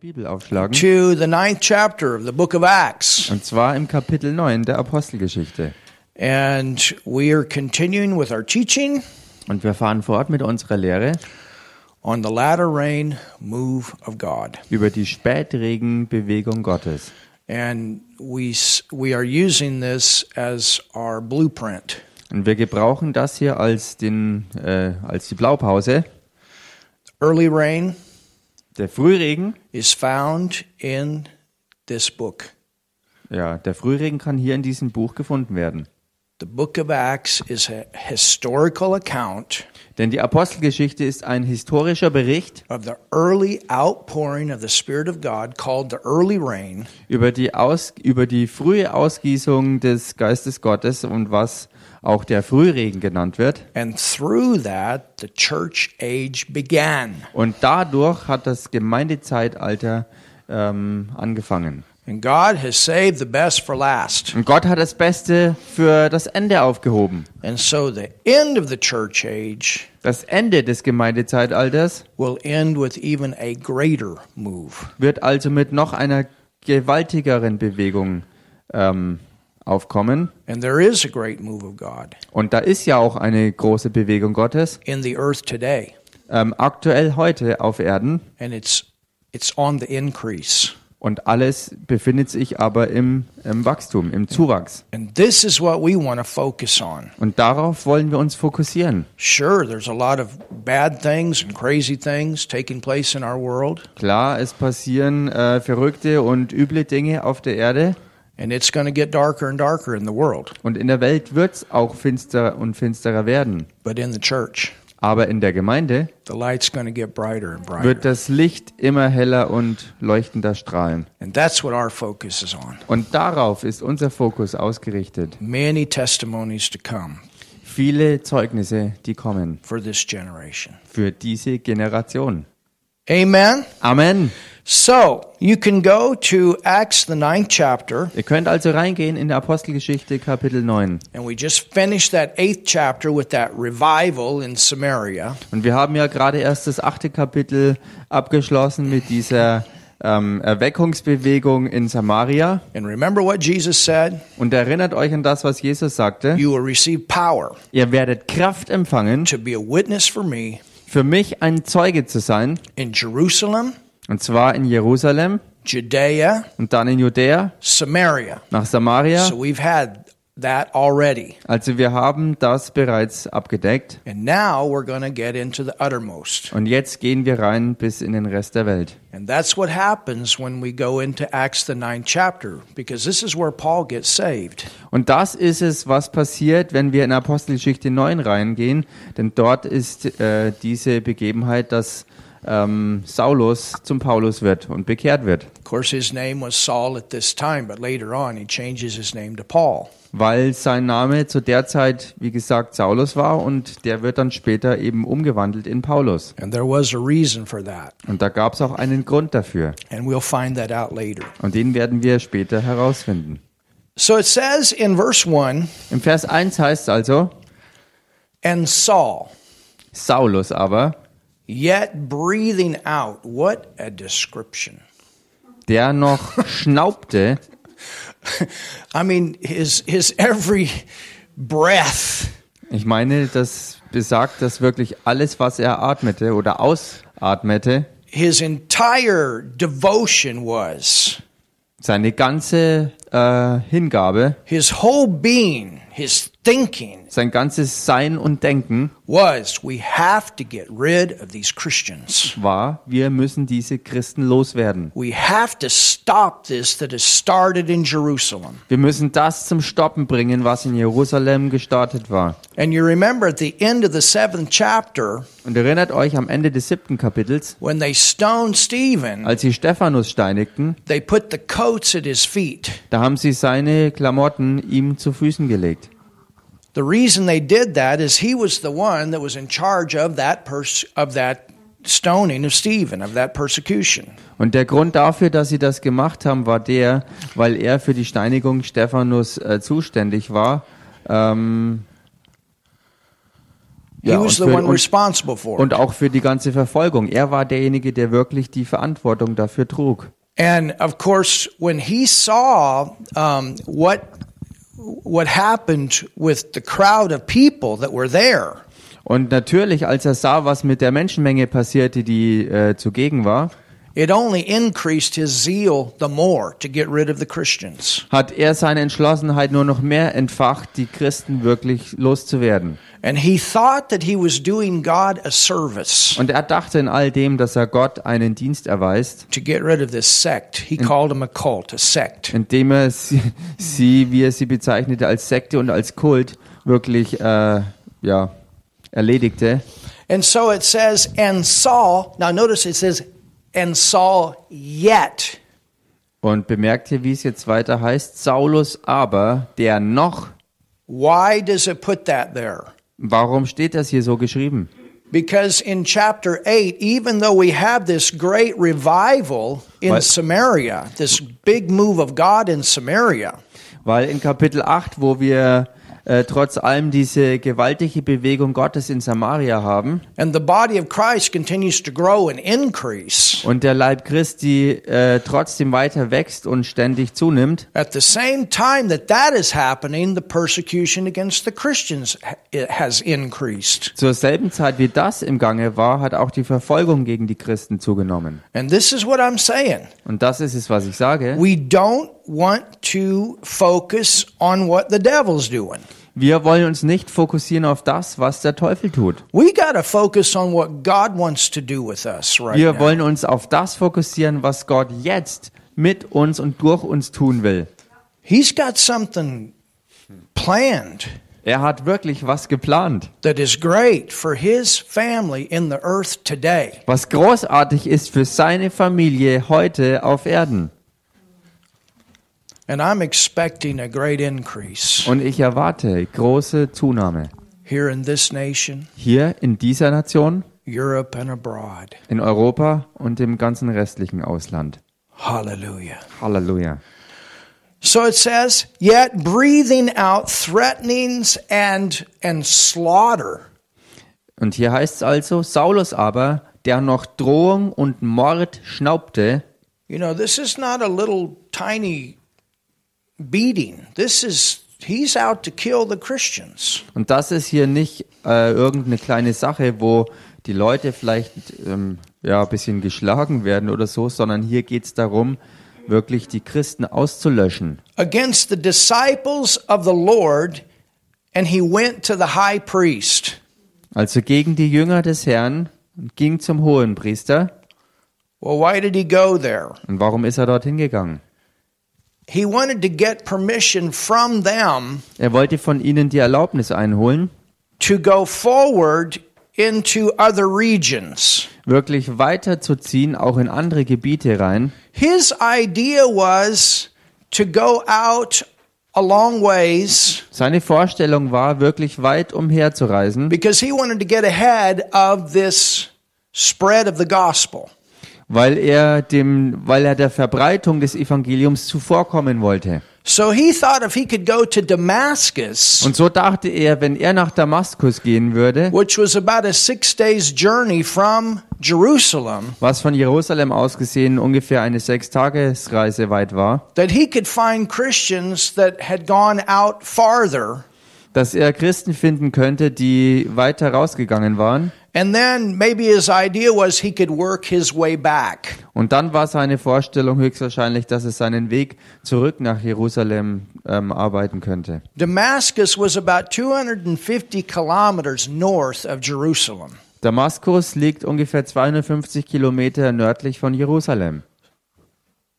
Bibel aufschlagen. to the ninth chapter of the book of Acts. Und zwar im Kapitel 9 der Apostelgeschichte. And we are continuing with our teaching Und wir fahren fort mit unserer Lehre on the latter rain move of God. über die Spätregenbewegung Gottes. And we, s- we are using this as our blueprint. Und wir gebrauchen das hier als, den, äh, als die Blaupause. Early rain Der Frühregen, is found in this book. ja, der Frühregen kann hier in diesem Buch gefunden werden. The book of Acts is a historical account Denn die Apostelgeschichte ist ein historischer Bericht of the early outpouring of the Spirit of God called the early rain über die, Aus, über die frühe Ausgießung des Geistes Gottes und was auch der Frühregen genannt wird. And through that, the church age began. Und dadurch hat das Gemeindezeitalter ähm, angefangen. And God has saved the best for last. Und Gott hat das Beste für das Ende aufgehoben. And so the end of the church age Das Ende des Gemeindezeitalters will end with even a greater move. wird also mit noch einer gewaltigeren Bewegung ähm, aufkommen. And there is a great move of God Und da ist ja auch eine große Bewegung Gottes, in the earth today. ähm, aktuell heute auf Erden. And it's it's on the increase. Und alles befindet sich aber im, im Wachstum, im Zuwachs. And this is what we want to focus on. Und darauf wollen wir uns fokussieren. Sure, there's a lot of bad things and crazy things taking place in our world, Klar, es passieren äh, verrückte und üble Dinge auf der Erde. and it's going to get darker and darker in the world, Und in der Welt wird es auch finster und finsterer werden. but in the church Aber in der Gemeinde the light's going to get brighter and brighter. wird das Licht immer heller und leuchtender strahlen. and that's what our focus is on. Und darauf ist unser Fokus ausgerichtet. Many testimonies to come Viele Zeugnisse, die kommen for this generation. für diese Generation. Amen. Amen. So you can go to Acts, the ninth chapter, Ihr könnt also reingehen in der Apostelgeschichte Kapitel 9. and we just finished that eighth chapter with that revival in Samaria. Und wir haben ja gerade erst das achte Kapitel abgeschlossen mit dieser ähm, Erweckungsbewegung in Samaria. And remember what Jesus said? Und erinnert euch an das, was Jesus sagte. You will receive power Ihr werdet Kraft empfangen, to be a witness for me für mich ein Zeuge zu sein. in Jerusalem, Und zwar in Jerusalem Judea, und dann in Judäa, Samaria. nach Samaria. So we've had that already. Also wir haben das bereits abgedeckt. And now we're going to get into the uttermost. Und jetzt gehen wir rein bis in den Rest der Welt. And that's what happens when we go into Acts, the ninth chapter, because this is where Paul gets saved. Und das ist es, was passiert, wenn wir in Apostelgeschichte 9 reingehen. Denn dort ist äh, diese Begebenheit, dass ähm, Saulus zum Paulus wird und bekehrt wird. Of course, his name was Saul at this time, but later on he changes his name to Paul. Weil sein Name zu der Zeit, wie gesagt, Saulus war und der wird dann später eben umgewandelt in Paulus. And there was a reason for that, Und da gab es auch einen Grund dafür. and we'll find that out later. Und den werden wir später herausfinden. So it says in verse 1 Im Vers 1 heißt es also, And Saul, Saulus aber, yet breathing out. What a description. der noch schnaubte, I mean, his, his every breath ich meine, das besagt, dass wirklich alles, was er atmete oder ausatmete, his entire devotion was seine ganze äh, Hingabe, his whole being his thinking sein ganzes Sein und Denken was we have to get rid of these christians war, wir müssen diese Christen loswerden. we have to stop this that has started in jerusalem Wir müssen das zum Stoppen bringen, was in Jerusalem gestartet war. and you remember at the end of the seventh chapter Und erinnert euch am Ende des siebten Kapitels, when they stoned stephen als sie Stephanus steinigten, they put the coats at his feet da haben sie seine Klamotten ihm zu Füßen gelegt. the reason they did that is he was the one that was in charge of that pers- of that stoning of stephen of that persecution Und der Grund dafür, dass sie das gemacht haben, war der, weil er für die Steinigung Stephanus äh, zuständig war. Ähm, He Ja, und, was the für, one und, responsible for it. und auch für die ganze Verfolgung. Er war derjenige, der wirklich die Verantwortung dafür trug. And of course, when he saw um, what what happened with the crowd of people that were there, Und natürlich, als er sah, was mit der Menschenmenge passierte, die äh, zugegen war, it only increased his zeal the more to get rid of the Christians. hat er seine Entschlossenheit nur noch mehr entfacht, die Christen wirklich loszuwerden. And he thought that he was doing God a service Und er dachte in all dem, dass er Gott einen Dienst erweist, to get rid of this sect. He called them a cult, a sect. indem er sie, sie wie er sie bezeichnete, als Sekte und als Kult wirklich äh, ja, erledigte. And so it says, and Saul, now notice it says, and Saul yet. Und bemerkt hier, wie es jetzt weiter heißt, Saulus aber, der noch, Why does it put that there? warum steht das hier so geschrieben? Because in chapter 8, even though we have this great revival in Right. Samaria, this big move of God in Samaria, Weil in Kapitel 8, wo wir äh, trotz allem diese gewaltige Bewegung Gottes in Samaria haben and the body of Christ continues to grow and increase, und der Leib Christi äh, trotzdem weiter wächst und ständig zunimmt, at the same time that that is happening, the persecution against the Christians ha- it has increased. zur selben Zeit wie das im Gange war, hat auch die Verfolgung gegen die Christen zugenommen. And this is what I'm saying. Und das ist es, was ich sage. We don't want to focus on what the devil's doing. Wir wollen uns nicht fokussieren auf das, was der Teufel tut. We got to focus on what God wants to do with us right Wir now. wollen uns auf das fokussieren, was Gott jetzt mit uns und durch uns tun will. He's got something planned Er hat wirklich was geplant, that is great for his family in the earth today. was großartig ist für seine Familie heute auf Erden. And I'm expecting a great increase Und ich erwarte große Zunahme here in this nation, hier in dieser Nation, Europe, and abroad. in Europa und im ganzen restlichen Ausland. Hallelujah. Halleluja. So it says, yet breathing out threatenings and, and slaughter. Und hier heißt es also, Saulus aber, der noch Drohung und Mord schnaubte, You know, this is not a little tiny beating. This is, he's out to kill the Christians. und das ist hier nicht äh, irgendeine kleine Sache, wo die Leute vielleicht ähm, ja, ein bisschen geschlagen werden oder so, sondern hier geht es darum, wirklich die Christen auszulöschen. against the disciples of the Lord, and he went to the high priest. Also gegen die Jünger des Herrn und ging zum Hohenpriester. Well, why did he go there? Und warum ist er dorthin gegangen? He wanted to get permission from them Er wollte von ihnen die Erlaubnis einholen, to go forward into other regions. wirklich weiterzuziehen, auch in andere Gebiete rein. His idea was to go out a long ways Seine Vorstellung war, wirklich weit umherzureisen, because he wanted to get ahead of this spread of the gospel. weil er, dem, weil er der Verbreitung des Evangeliums zuvorkommen wollte. So he thought if he could go to Damascus, Und so dachte er, wenn er nach Damaskus gehen würde, which was about a six days journey from Jerusalem, was von Jerusalem aus gesehen ungefähr eine Sechstagesreise weit war, that he could find Christians that had gone out farther dass er Christen finden könnte, die weiter rausgegangen waren. and then maybe his idea was he could work his way back. Und dann war seine Vorstellung höchstwahrscheinlich, dass er seinen Weg zurück nach Jerusalem ähm, arbeiten könnte. Damascus was about 250 kilometers north of Jerusalem. Damaskus liegt ungefähr 250 Kilometer nördlich von Jerusalem.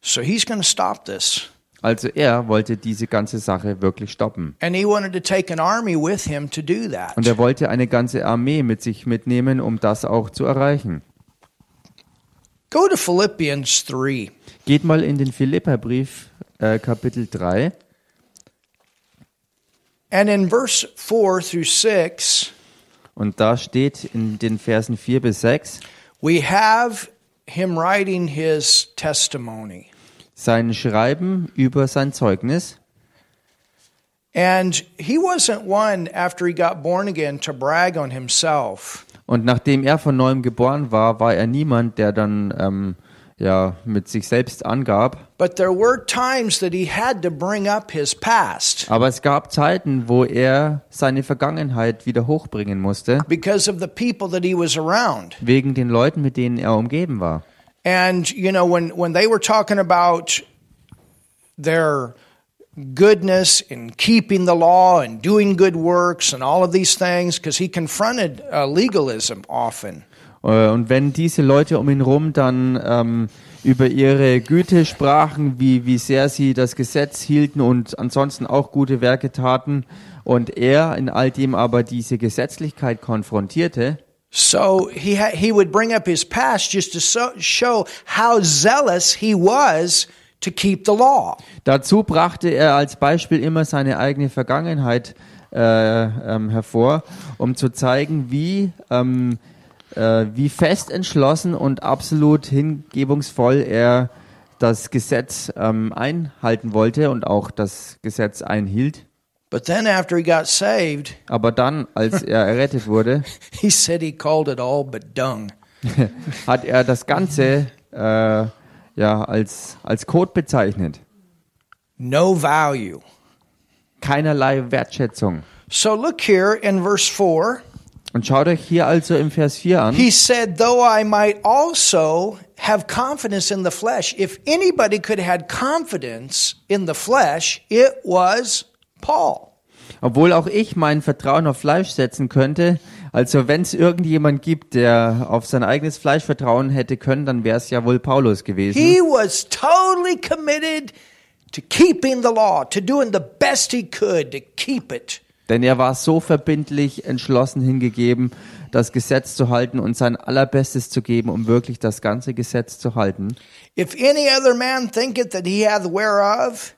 So he's going to stop this. Also er wollte diese ganze Sache wirklich stoppen. And he wanted to take an army with him to do that. Und er wollte eine ganze Armee mit sich mitnehmen, um das auch zu erreichen. Go to Philippians 3. Geht mal in den Philipperbrief äh, Kapitel 3 And in verse 4 through 6, und da steht in den Versen 4 bis 6 we have him writing his testimony. sein Schreiben über sein Zeugnis. And he wasn't one after he got born again to brag on himself. Und nachdem er von neuem geboren war, war er niemand, der dann ähm, ja, mit sich selbst angab. But there were times that he had to bring up his past Aber es gab Zeiten, wo er seine Vergangenheit wieder hochbringen musste, because of the people that he was around. wegen den Leuten, mit denen er umgeben war. And you know when when they were talking about their goodness and keeping the law and doing good works and all of these things because he confronted uh, legalism often. Äh, Und wenn diese Leute um ihn rum dann ähm, über ihre Güte sprachen, wie, wie sehr sie das Gesetz hielten und ansonsten auch gute Werke taten, und er in all dem aber diese Gesetzlichkeit konfrontierte, So he ha- he would bring up his past just to so- show how zealous he was to keep the law. Dazu brachte er als Beispiel immer seine eigene Vergangenheit äh, ähm, hervor, um zu zeigen, wie, ähm, äh, wie fest entschlossen und absolut hingebungsvoll er das Gesetz ähm, einhalten wollte und auch das Gesetz einhielt. But then after he got saved, Aber dann, als er errettet wurde, he said he called it all but dung. hat er das Ganze äh, ja, als, als Code bezeichnet. No value. Keinerlei Wertschätzung. So look here in verse 4. Und schaut euch hier also im Vers 4 an. He said, Though I might also have confidence in the flesh, if anybody could have had confidence in the flesh, it was Paul. Obwohl auch ich mein Vertrauen auf Fleisch setzen könnte. Also wenn es irgendjemand gibt, der auf sein eigenes Fleisch vertrauen hätte können, dann wäre es ja wohl Paulus gewesen. He was totally committed to keeping the law, to doing the best he could to keep it. Denn er war so verbindlich entschlossen hingegeben, das Gesetz zu halten und sein allerbestes zu geben, um wirklich das ganze Gesetz zu halten. If any other man thinketh that he hath whereof,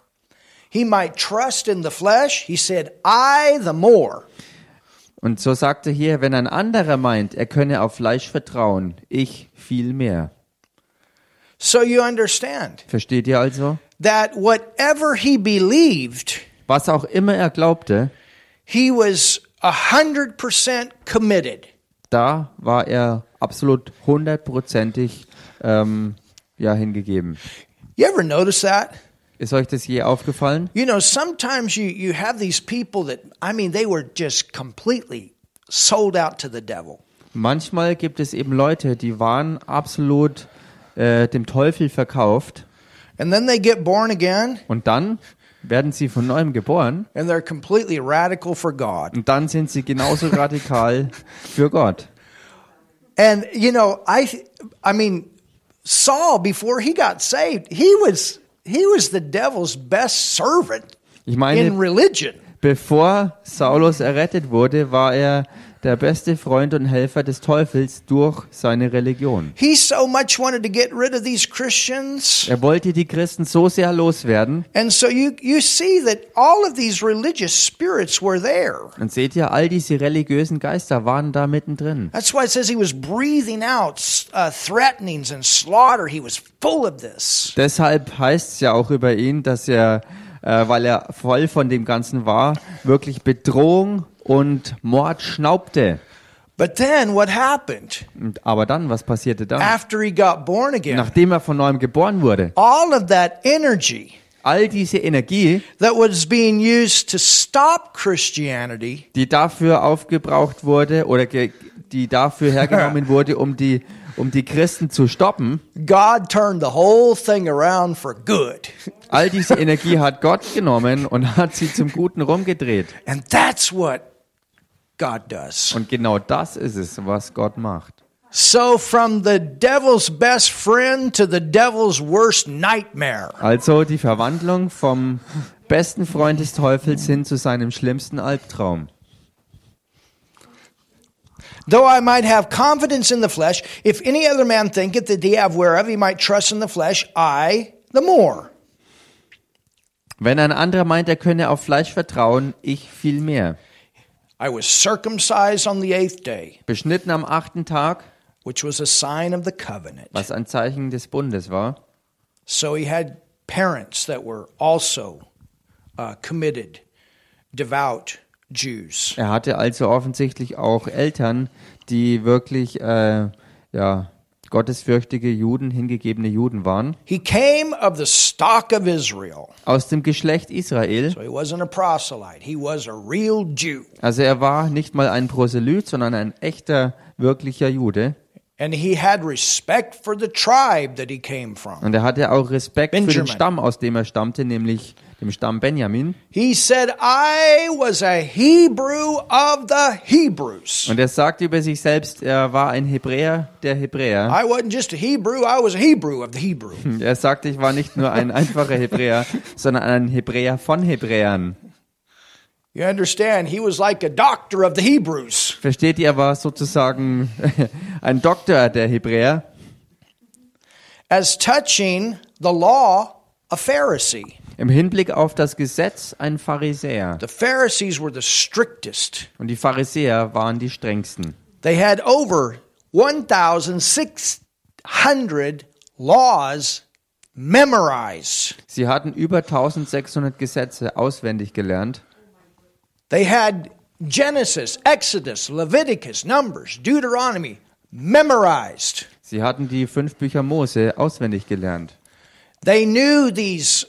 he might trust in the flesh, he said, I the more. Und so sagte hier, wenn ein anderer meint, er könne auf Fleisch vertrauen, ich viel mehr. So you understand Versteht ihr also? that whatever he believed, Was auch immer er glaubte, he was 100% committed. da war er absolut hundertprozentig ähm, ja, hingegeben. You ever notice that? Ist euch das je aufgefallen? You know, sometimes you, you have these people that, I mean, they were just completely sold out to the devil. Manchmal gibt es eben Leute, die waren absolut äh, dem Teufel verkauft And then they get born again und dann werden sie von neuem geboren and they're completely radical for God. und dann sind sie genauso radikal für Gott. And, you know, I, I mean, Saul, before he got saved, he was, he was the devil's best servant Ich meine, in religion. bevor Saulus errettet wurde, war er der beste Freund und Helfer des Teufels durch seine Religion. He so much wanted to get rid of these Christians. Er wollte die Christen so sehr loswerden, And so you, you see that all of these religious spirits were there. Und seht ihr, all diese religiösen Geister waren da mittendrin. That's why it says he was breathing out uh, threatenings and slaughter. He was full of this. Deshalb heißt es ja auch über ihn, dass er, äh, weil er voll von dem Ganzen war, wirklich Bedrohung und Mord schnaubte. But then what happened Und, aber dann, was passierte dann? after he got born again? Nachdem er von neuem geboren wurde, All of that energy all diese Energie, that was being used to stop Christianity die dafür aufgebraucht wurde oder ge die dafür hergenommen wurde, um die, um die Christen zu stoppen, God turned the whole thing around for good. all diese Energie hat Gott genommen und hat sie zum Guten rumgedreht. And that's what God does. Und genau das ist es, was Gott macht. So, from the devil's best friend to the devil's worst nightmare. Also die Verwandlung vom besten Freund des Teufels hin zu seinem schlimmsten Albtraum. Though I might have confidence in the flesh, if any other man thinketh that he have whereof he might trust in the flesh, I the more. Wenn ein anderer meint, er könne auf Fleisch vertrauen, ich viel mehr. I was circumcised on the eighth day, Beschnitten am achten Tag, which was a sign of the covenant. was ein Zeichen des Bundes war. So he had parents that were also uh, committed devout Jews. Er hatte also offensichtlich auch Eltern, die wirklich äh, ja, gottesfürchtige Juden, hingegebene Juden waren, He came of the stock of Israel. aus dem Geschlecht Israel. So he wasn't a proselyte, he was a real Jew. Also er war nicht mal ein Proselyt, sondern ein echter, wirklicher Jude. And he had respect for the tribe that he came from. Und er hatte auch Respekt für Benjamin. den Stamm, aus dem er stammte, nämlich dem Stamm Benjamin. He said, I was a Hebrew of the Hebrews. Und er sagte über sich selbst, er war ein Hebräer der Hebräer. I wasn't just a Hebrew, I was a Hebrew of the Hebrew. Er sagte, ich war nicht nur ein einfacher Hebräer, sondern ein Hebräer von Hebräern. You understand? He was like a doctor of the Hebrews. Versteht ihr, er war sozusagen ein Doktor der Hebräer. As touching the law, a Pharisee. Im Hinblick auf das Gesetz ein Pharisäer. The Pharisees were the strictest. Und die Pharisäer waren die strengsten. They had over 1,600 laws memorized. Sie hatten über 1600 Gesetze auswendig gelernt. They had Genesis, Exodus, Leviticus, Numbers, Deuteronomy memorized. Sie hatten die fünf Bücher Mose auswendig gelernt. They knew these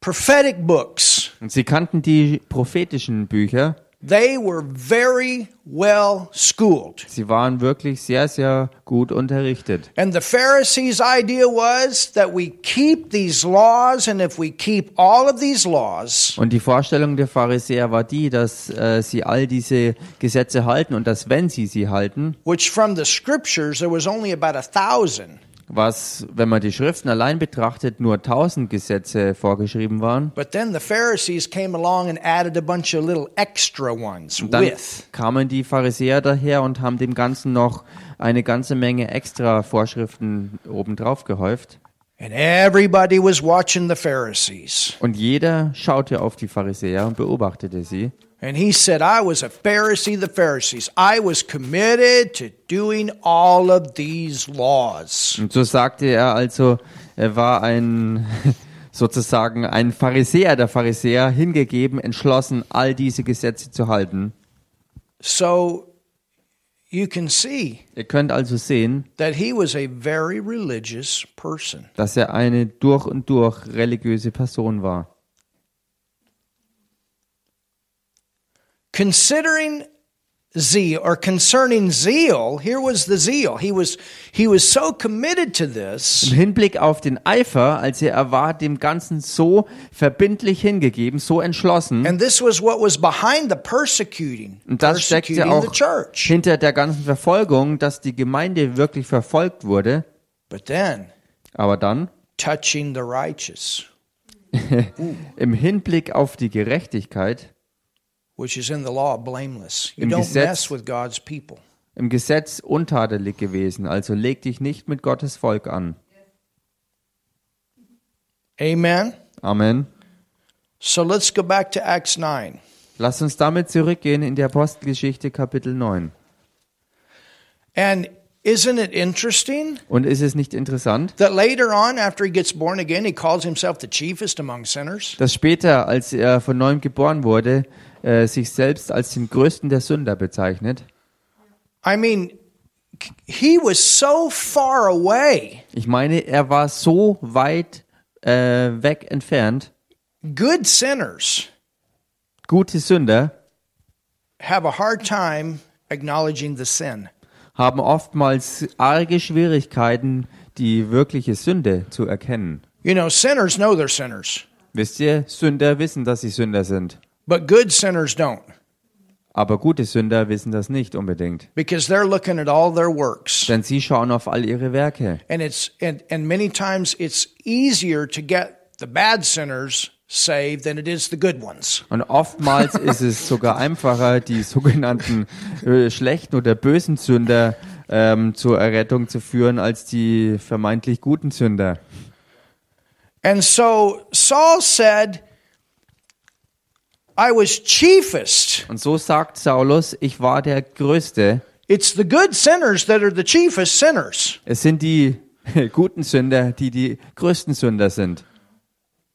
prophetic books. Und sie kannten die prophetischen Bücher. They were very well schooled. Sie waren wirklich sehr, sehr gut unterrichtet. And the Pharisees' idea was that we keep these laws, and if we keep all of these laws, Und die Vorstellung der Pharisäer war die, dass äh, sie all diese Gesetze halten und dass wenn sie sie halten, which from the scriptures there was only about a thousand, was, wenn man die Schriften allein betrachtet, nur 1000 Gesetze vorgeschrieben waren, but then the Pharisees came along and added a bunch of little extra ones dann with. kamen die Pharisäer daher und haben dem Ganzen noch eine ganze Menge extra Vorschriften obendrauf gehäuft. And everybody was watching the Pharisees. Und jeder schaute auf die Pharisäer und beobachtete sie. And he said, I was a Pharisee, the Pharisees. I was committed to doing all of these laws. Und so sagte er also, er war ein sozusagen ein Pharisäer der Pharisäer, hingegeben, entschlossen, all diese Gesetze zu halten. So you can see Ihr könnt also sehen, that he was a very religious person. dass er eine durch und durch religiöse Person war. Considering zeal or concerning zeal, here was the zeal. He was he was so committed to this Im Hinblick auf den Eifer, als er, er war dem Ganzen so verbindlich hingegeben, so entschlossen, and this was what was behind the persecuting und das steckte persecuting the auch church. hinter der ganzen Verfolgung, dass die Gemeinde wirklich verfolgt wurde. But then Aber dann, touching the righteous, im Hinblick auf die Gerechtigkeit, which is in the law blameless. You Im don't Gesetz- mess with God's people. im Gesetz untadelig gewesen, also leg dich nicht mit Gottes Volk an. Amen. Amen. So let's go back to Acts 9. Lasst uns damit zurückgehen in die Apostelgeschichte Kapitel 9. And isn't it interesting Und ist es nicht interessant, that later on, after he gets born again, he calls himself the chiefest among sinners. dass später, als er von neuem geboren wurde, äh, sich selbst als den größten der Sünder bezeichnet? I mean, c- he was so far away. Ich meine, er war so weit äh, weg entfernt. Good sinners Gute Sünder have a hard time acknowledging the sin. haben oftmals arge Schwierigkeiten, die wirkliche Sünde zu erkennen. You know, sinners know they're sinners, Wisst ihr, Sünder wissen, dass sie Sünder sind. but good sinners don't Aber gute Sünder wissen das nicht unbedingt. because they're looking at all their works. Denn sie schauen auf all ihre Werke. And it's and, and many times it's easier to get the bad sinners saved than it is the good ones. Und oftmals ist es sogar einfacher, die sogenannten äh, schlechten oder bösen Sünder ähm, zur Errettung zu führen, als die vermeintlich guten Sünder. And so Saul said, I was chiefest. Und so sagt Saulus, ich war der Größte. It's the good sinners that are the chiefest sinners Es sind die guten Sünder, die die größten Sünder sind.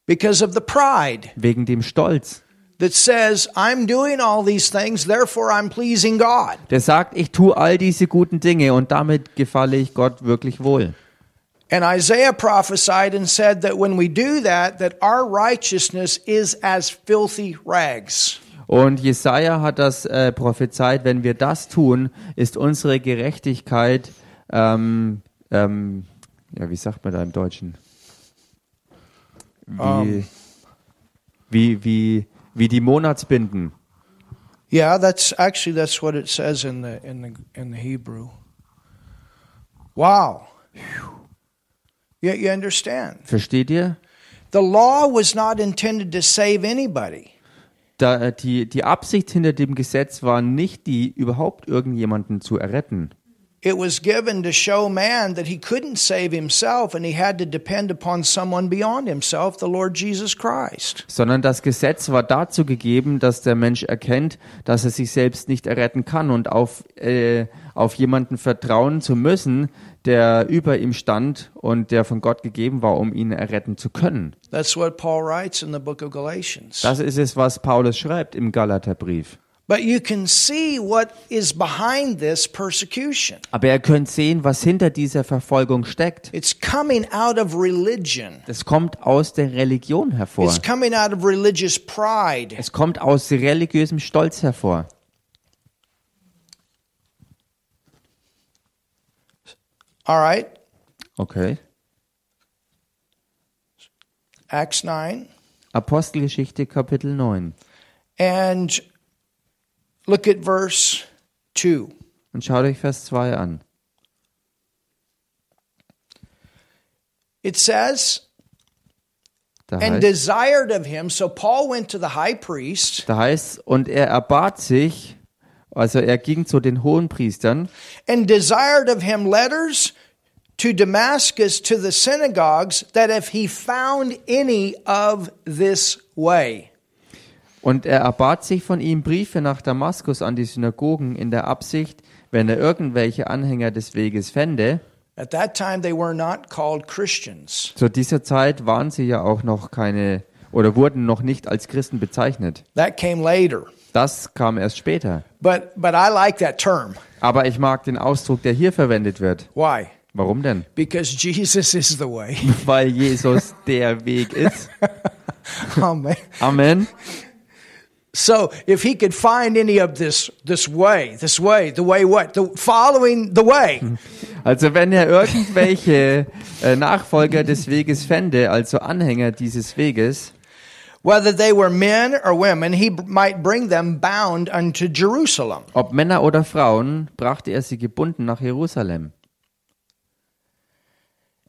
because of the pride Wegen dem Stolz, that says, I'm doing all these things, therefore I'm pleasing God. der sagt, ich tue all diese guten Dinge und damit gefalle ich Gott wirklich wohl. And Isaiah prophesied and said that when we do that, that our righteousness is as filthy rags. Und Jesaja hat das äh, prophezeit, wenn wir das tun, ist unsere Gerechtigkeit, ähm, ähm, ja, wie sagt man da im Deutschen? Wie, wie, wie, wie die Monatsbinden. Yeah, that's actually that's what it says in the in the in the Hebrew. Wow. You, you understand. Versteht ihr? The law was not intended to save anybody. Da, äh, die, die Absicht hinter dem Gesetz war nicht, die überhaupt irgendjemanden zu erretten. It was given to show man that he couldn't save himself and he had to depend upon someone beyond himself, the Lord Jesus Christ. sondern das Gesetz war dazu gegeben, dass der Mensch erkennt, dass er sich selbst nicht erretten kann und auf, äh, auf jemanden vertrauen zu müssen, der über ihm stand und der von Gott gegeben war, um ihn erretten zu können. That's what Paul writes in the book of Galatians. Das ist es, was Paulus schreibt im Galaterbrief. But you can see what is behind this persecution. Aber ihr könnt sehen, was hinter dieser Verfolgung steckt. It's coming out of religion. Das kommt aus der Religion hervor. It's coming out of religious pride. Es kommt aus religiösem Stolz hervor. All right? Okay. Acts 9. Apostelgeschichte Kapitel 9. And look at verse 2. Und schaut euch Vers 2 an. It says, Da and heißt- desired of him. So Paul went to the high priest Da heißt, und er erbat sich, also er ging zu den Hohenpriestern and desired of him letters to Damascus to the synagogues that if he found any of this way. und er erbat sich von ihm Briefe nach Damaskus an die Synagogen in der Absicht, wenn er irgendwelche Anhänger des Weges fände. At that time, they were not called Christians. Zu dieser Zeit waren sie ja auch noch keine oder wurden noch nicht als Christen bezeichnet. That came later. Das kam erst später. But, but I like that term. Aber ich mag den Ausdruck, der hier verwendet wird. Why? Warum denn? Because Jesus is the way. Weil Jesus der Weg ist. Amen. Amen. So if he could find any of this, this way, this way, the way what? The following the way. Also wenn er irgendwelche äh, Nachfolger des Weges fände, also Anhänger dieses Weges, Whether they were men or women, he b- might bring them bound unto Jerusalem. ob Männer oder Frauen, brachte er sie gebunden nach Jerusalem.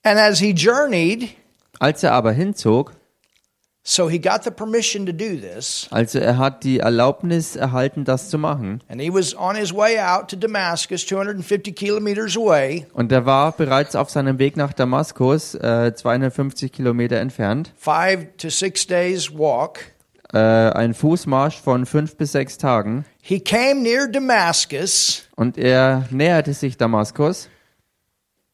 And as he journeyed, Als er aber hinzog, so he got the permission to do this, also er hat die Erlaubnis erhalten, das zu machen, and he was on his way out to Damascus, 250 kilometers away, und er war bereits auf seinem Weg nach Damaskus, äh, 250 Kilometer entfernt, five to six days walk. äh, ein Fußmarsch von fünf bis sechs Tagen, He came near Damascus, und er näherte sich Damaskus.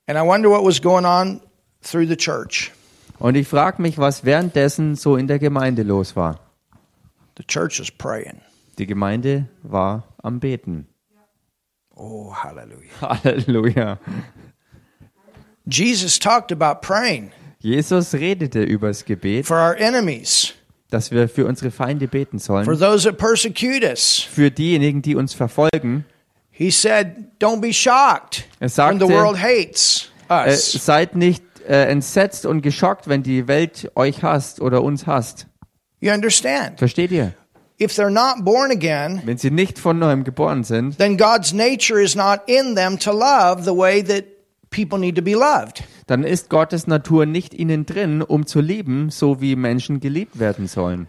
and I wonder what was going on through the church. Und ich frage mich, was währenddessen so in der Gemeinde los war. The church was praying. Die Gemeinde war am Beten. Oh, hallelujah. Halleluja. Jesus talked about praying Jesus redete über das Gebet, for our enemies, dass wir für unsere Feinde beten for sollen. those that persecute us. Für diejenigen, die uns verfolgen. He said, Don't be shocked Er when the sagte- world hates Äh, us. seid nicht äh, entsetzt und geschockt, wenn die Welt euch hasst oder uns hasst. You understand? Versteht ihr? If they're not born again, Wenn sie nicht von neuem geboren sind, then God's nature is not in them to love the way that people need to be loved. dann ist Gottes Natur nicht ihnen drin, um zu lieben, so wie Menschen geliebt werden sollen.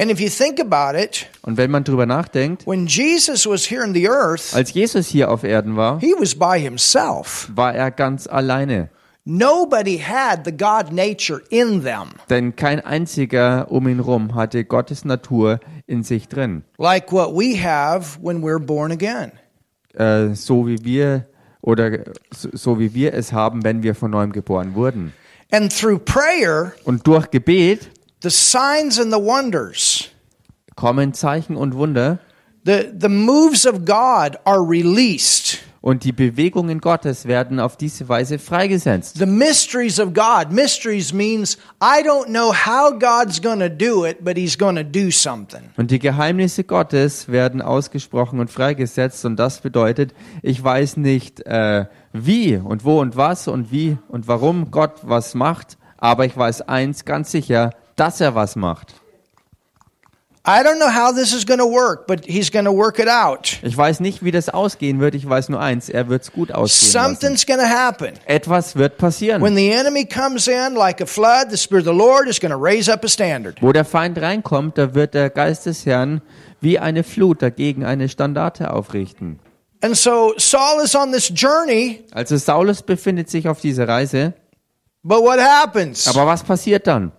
And if you think about it, Und wenn man drüber nachdenkt, when Jesus was here in the earth, als Jesus hier auf Erden war, he was by himself. war er ganz alleine. Nobody had the God nature in them, denn kein einziger um ihn rum hatte Gottes Natur in sich drin, like what we have when we're born again. äh, so wie wir oder so, so wie wir es haben, wenn wir von neuem geboren wurden. And through prayer, Und durch Gebet the signs and the wonders kommen Zeichen und Wunder The, the moves of God are released. und die Bewegungen Gottes werden auf diese Weise freigesetzt. The mysteries of God. Mysteries means I don't know how God's going to do it, but He's going to do something. Und die Geheimnisse Gottes werden ausgesprochen und freigesetzt und das bedeutet, ich weiß nicht äh, wie und wo und was und wie und warum Gott was macht, aber ich weiß eins ganz sicher, dass er was macht. I don't know how this is going to work, but He's going to work it out. Ich weiß nicht, wie das ausgehen wird, ich weiß nur eins, er wird's gut ausgehen lassen. Something's going to happen. Etwas wird passieren. When the enemy comes in like a flood, the Spirit of the Lord is going to raise up a standard. Wo der Feind reinkommt, da wird der Geist des Herrn wie eine Flut dagegen eine Standarte aufrichten. And so Saul is on this journey, Also Saulus befindet sich auf dieser Reise, but what happens? aber was passiert dann?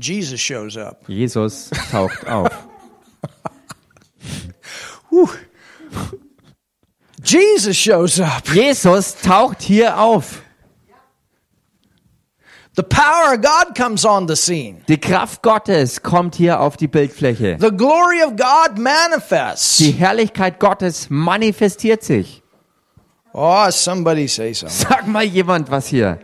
Jesus shows up. Jesus taucht auf. Whew. Jesus shows up. Jesus taucht hier auf. The power of God comes on the scene. Die Kraft Gottes kommt hier auf die Bildfläche. The glory of God manifests. Die Herrlichkeit Gottes manifestiert sich. Oh, somebody say something. Sag mal jemand was hier.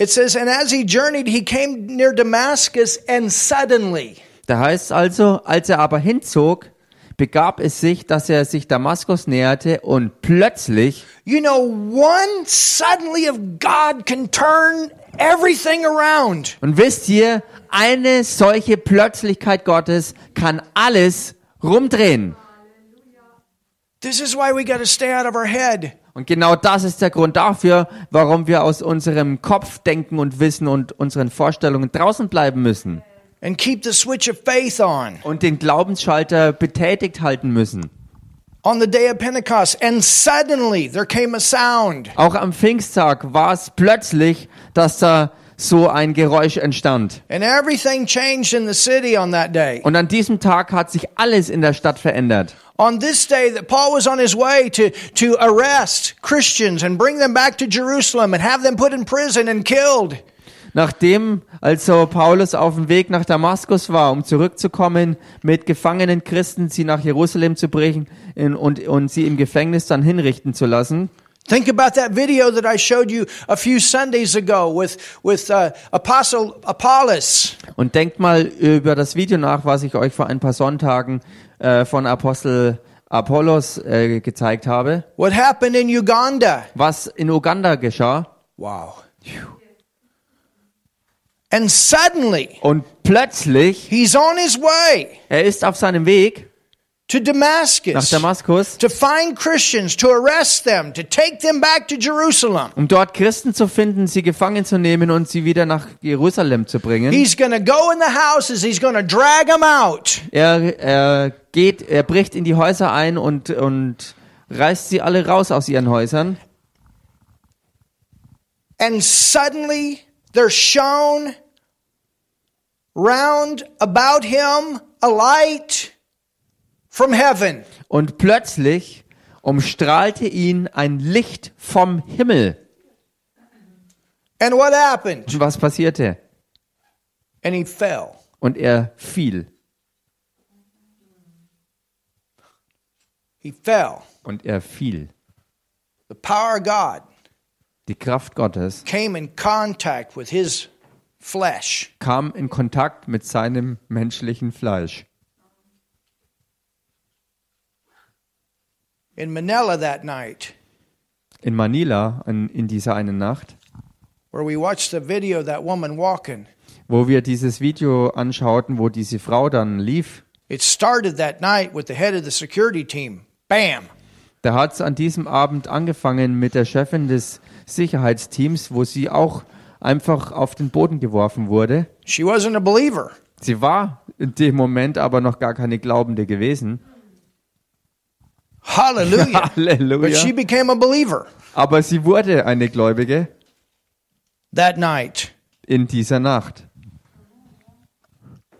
It says, And as he journeyed, he came near Damascus, and suddenly, Da heißt es also, als er aber hinzog, begab es sich, dass er sich Damaskus näherte und plötzlich you know, one suddenly of God can turn everything around. Und wisst ihr, eine solche Plötzlichkeit Gottes kann alles rumdrehen. This is why we got to stay out of our head. Und genau das ist der Grund dafür, warum wir aus unserem Kopf denken und wissen und unseren Vorstellungen draußen bleiben müssen And keep the switch of faith on. und den Glaubensschalter betätigt halten müssen. On the day of Pentecost, and suddenly there came a sound. Auch am Pfingsttag war es plötzlich, dass da so ein Geräusch entstand. And everything changed in the city on that day. Und an diesem Tag hat sich alles in der Stadt verändert. On this day that Paul was on his way to, to arrest Christians and bring them back to Jerusalem and have them put in prison and killed. Nachdem also Paulus auf dem Weg nach Damaskus war, um zurückzukommen, mit gefangenen Christen sie nach Jerusalem zu bringen in, und, und sie im Gefängnis dann hinrichten zu lassen. Think about that video that I showed you a few Sundays ago with, with uh, Apostle Apollos. Und denkt mal über das Video nach, was ich euch vor ein paar Sonntagen äh, von Apostel Apollos äh, gezeigt habe, What happened in Uganda? was in Uganda geschah. Wow. And suddenly, Und plötzlich, he's on his way er ist auf seinem Weg to nach Damascus Damaskus, to find Christians, to arrest them, to take them back to Jerusalem. um dort Christen zu finden, sie gefangen zu nehmen und sie wieder nach Jerusalem zu bringen. He's going to go in the houses, he's going to drag them out. Er, er geht, er bricht in die Häuser ein und, und reißt sie alle raus aus ihren Häusern. And suddenly there shone round about him a light from heaven. Und plötzlich umstrahlte ihn ein Licht vom Himmel. And what happened? Und was passierte? And he fell. Und er fiel. He fell. Und er fiel. The power of God Die Kraft Gottes came in contact with his flesh. kam in Kontakt mit seinem menschlichen Fleisch. In Manila that night, In Manila, in, in dieser einen Nacht, where we watched the video of that woman walking, wo wir dieses Video anschauten, wo diese Frau dann lief, it started that night with the head of the security team. Bam! Da hat es an diesem Abend angefangen mit der Chefin des Sicherheitsteams, wo sie auch einfach auf den Boden geworfen wurde. She wasn't a believer. Sie war in dem Moment aber noch gar keine Glaubende gewesen. Hallelujah. But she Halleluja. became a believer Aber sie wurde eine Gläubige that night. in dieser Nacht.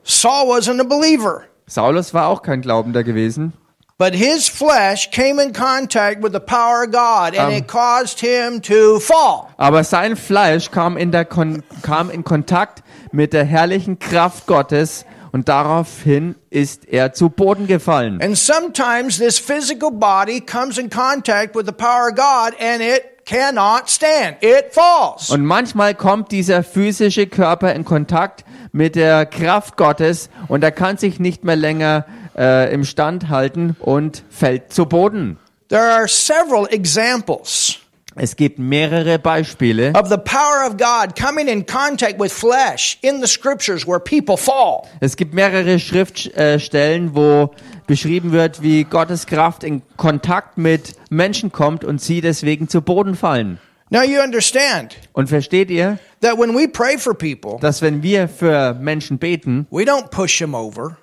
Saul wasn't a believer. Saulus war auch kein Glaubender gewesen. But his flesh came in contact with the power of God and Um. it caused him to fall. Aber sein Fleisch kam in, der Kon kam in Kontakt mit der herrlichen Kraft Gottes und daraufhin ist er zu Boden gefallen. And sometimes this physical body comes in contact with the power of God and it cannot stand. It falls. Und manchmal kommt dieser physische Körper in Kontakt mit der Kraft Gottes und er kann sich nicht mehr länger äh, im Stand halten und fällt zu Boden. There are several examples Es gibt mehrere Beispiele, of the power of God coming in contact with flesh in the scriptures where people fall. es gibt mehrere Schriftstellen, wo beschrieben wird, wie Gottes Kraft in Kontakt mit Menschen kommt und sie deswegen zu Boden fallen. Now you understand Und versteht ihr, that when we pray for people, dass wenn wir für Menschen beten, we don't push them over.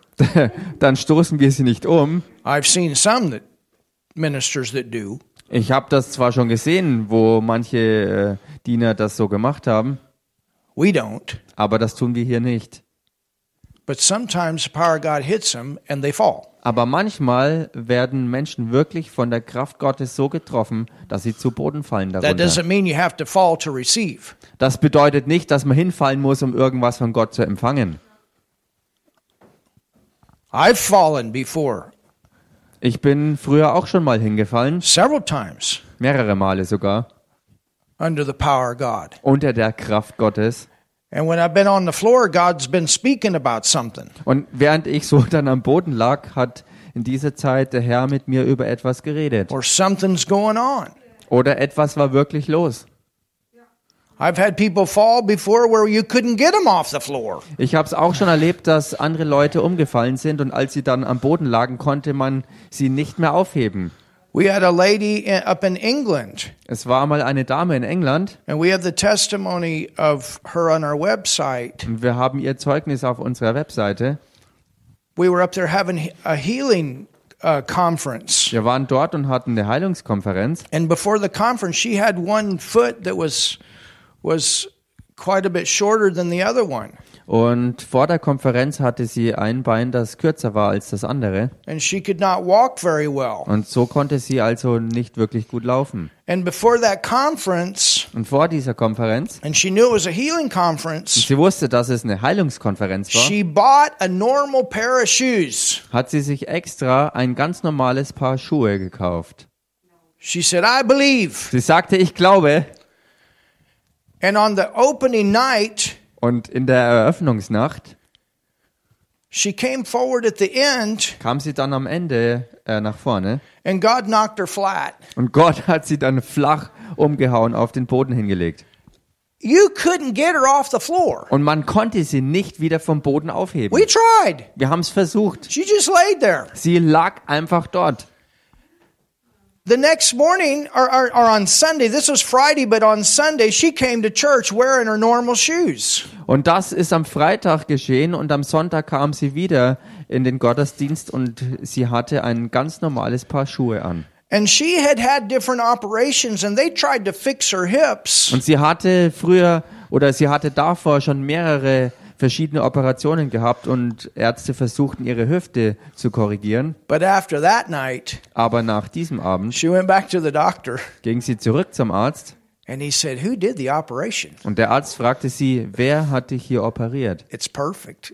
dann stoßen wir sie nicht um. I've seen some that ministers that do. Ich habe das zwar schon gesehen, wo manche äh, Diener das so gemacht haben, We don't. aber das tun wir hier nicht. But sometimes the power of God hits them and they fall. Aber manchmal werden Menschen wirklich von der Kraft Gottes so getroffen, dass sie zu Boden fallen That darunter. doesn't mean you have to fall to receive. Das bedeutet nicht, dass man hinfallen muss, um irgendwas von Gott zu empfangen. I've fallen before Ich bin früher auch schon mal hingefallen, several times mehrere Male sogar, under the power of God. unter der Kraft Gottes. And when I've been on the floor, God's been speaking about something. Und während ich so dann am Boden lag, hat in dieser Zeit der Herr mit mir über etwas geredet. or something's going on. Oder etwas war wirklich los. I've had people fall before where you couldn't get them off the floor. Ich habe es auch schon erlebt, dass andere Leute umgefallen sind und als sie dann am Boden lagen, konnte man sie nicht mehr aufheben. We had a lady in, up in England, Es war mal eine Dame in England and we have the testimony of her on our website. und wir haben ihr Zeugnis auf unserer Webseite. We were up there having he- a healing uh, conference, Wir waren dort und hatten eine Heilungskonferenz and before the conference, she had one foot that was was quite a bit shorter than the other one, und vor der Konferenz hatte sie ein Bein, das kürzer war als das andere and she could not walk very well. und so konnte sie also nicht wirklich gut laufen. And before that conference, Und vor dieser Konferenz, and she knew it was a healing conference. sie wusste, dass es eine Heilungskonferenz war, She bought a normal pair of shoes. hat sie sich extra ein ganz normales Paar Schuhe gekauft. She said, I believe. Sie sagte, ich glaube, And on the opening night, Und in der Eröffnungsnacht she came forward at the end kam sie dann am Ende äh, nach vorne and God knocked her flat. und Gott hat sie dann flach umgehauen auf den Boden hingelegt. You couldn't get her off the floor. Und man konnte sie nicht wieder vom Boden aufheben. We tried. Wir haben es versucht. She just laid there. Sie lag einfach dort. The next morning, or, or, or on Sunday, this was Friday, but on Sunday, she came to church wearing her normal shoes. Und das ist am Freitag geschehen und am Sonntag kam sie wieder in den Gottesdienst und sie hatte ein ganz normales Paar Schuhe an. And she had had different operations and they tried to fix her hips. Und sie hatte früher oder sie hatte davor schon mehrere verschiedene Operationen gehabt und Ärzte versuchten ihre Hüfte zu korrigieren. But after that night, Aber nach diesem Abend she went back to the doctor. ging sie zurück zum Arzt And he said, Who did the operation? und der Arzt fragte sie, wer hat dich hier operiert? It's perfect.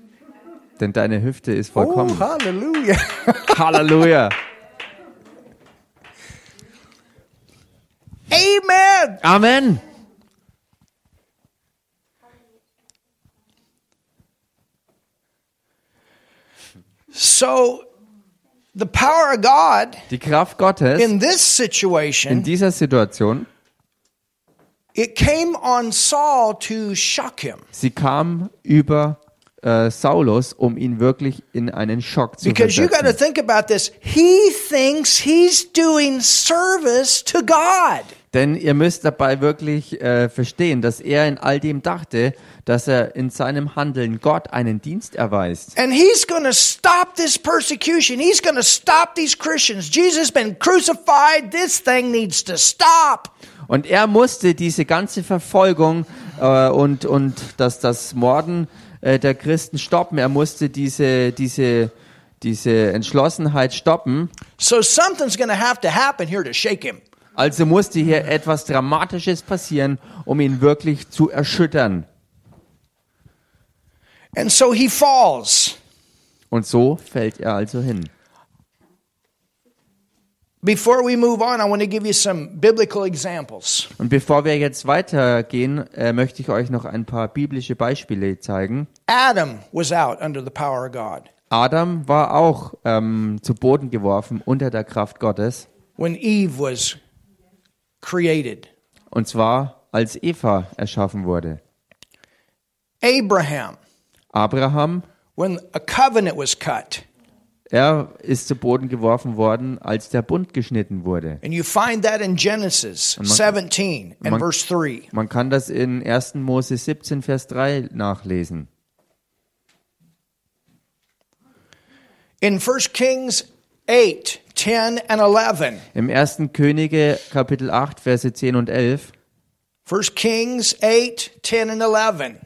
Denn deine Hüfte ist Oh, vollkommen. hallelujah. Halleluja. Amen. Amen. So, the power of God Die Kraft Gottes in this in situation, dieser Situation, it came on Saul to shock him sie kam über äh, Saulus, um ihn wirklich in einen Schock zu because you got to versetzen. think about this. He thinks he's doing service to God. Denn ihr müsst dabei wirklich äh, verstehen, dass er in all dem dachte, dass er in seinem Handeln Gott einen Dienst erweist. And he's going to stop this persecution. He's going to stop these Christians. Jesus has been crucified. This thing needs to stop. Und er musste diese ganze Verfolgung äh, und, und das, das Morden äh, der Christen stoppen. Er musste diese, diese, diese Entschlossenheit stoppen. So something's going to have to happen here to shake him. Also musste hier etwas Dramatisches passieren, um ihn wirklich zu erschüttern. And so he falls. Und so fällt er also hin. Before we move on, I want to give you some biblical examples. Und bevor wir jetzt weitergehen, äh, möchte ich euch noch ein paar biblische Beispiele zeigen. Adam was out under the power of God. Adam war auch ähm, zu Boden geworfen unter der Kraft Gottes. when Eve was created. Und zwar als Eva erschaffen wurde. Abraham, Abraham, when a covenant was cut. er ist zu Boden geworfen worden, als der Bund geschnitten wurde. And you find that in Genesis 17 and man- verse 3. Man kann das in 1. Mose 17, Vers 3 nachlesen. In 1 Kings 8, 10 and 11. Im 1. Könige, Kapitel 8, Verse 10 und 11. 1 Kings 8, 10 and 11.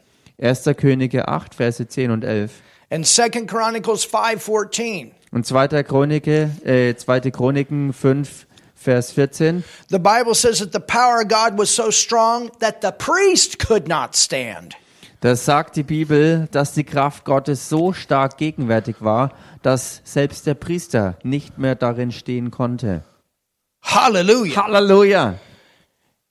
1. Könige 8, Verse 10 und 11. And 2 Chronicles 5, 14. Und 2. Chronike, äh, 2. Chroniken 5, Vers 14. The Bible says that the power of God was so strong that the priest could not stand. Das sagt die Bibel, dass die Kraft Gottes so stark gegenwärtig war, dass selbst der Priester nicht mehr darin stehen konnte. Hallelujah. Halleluja!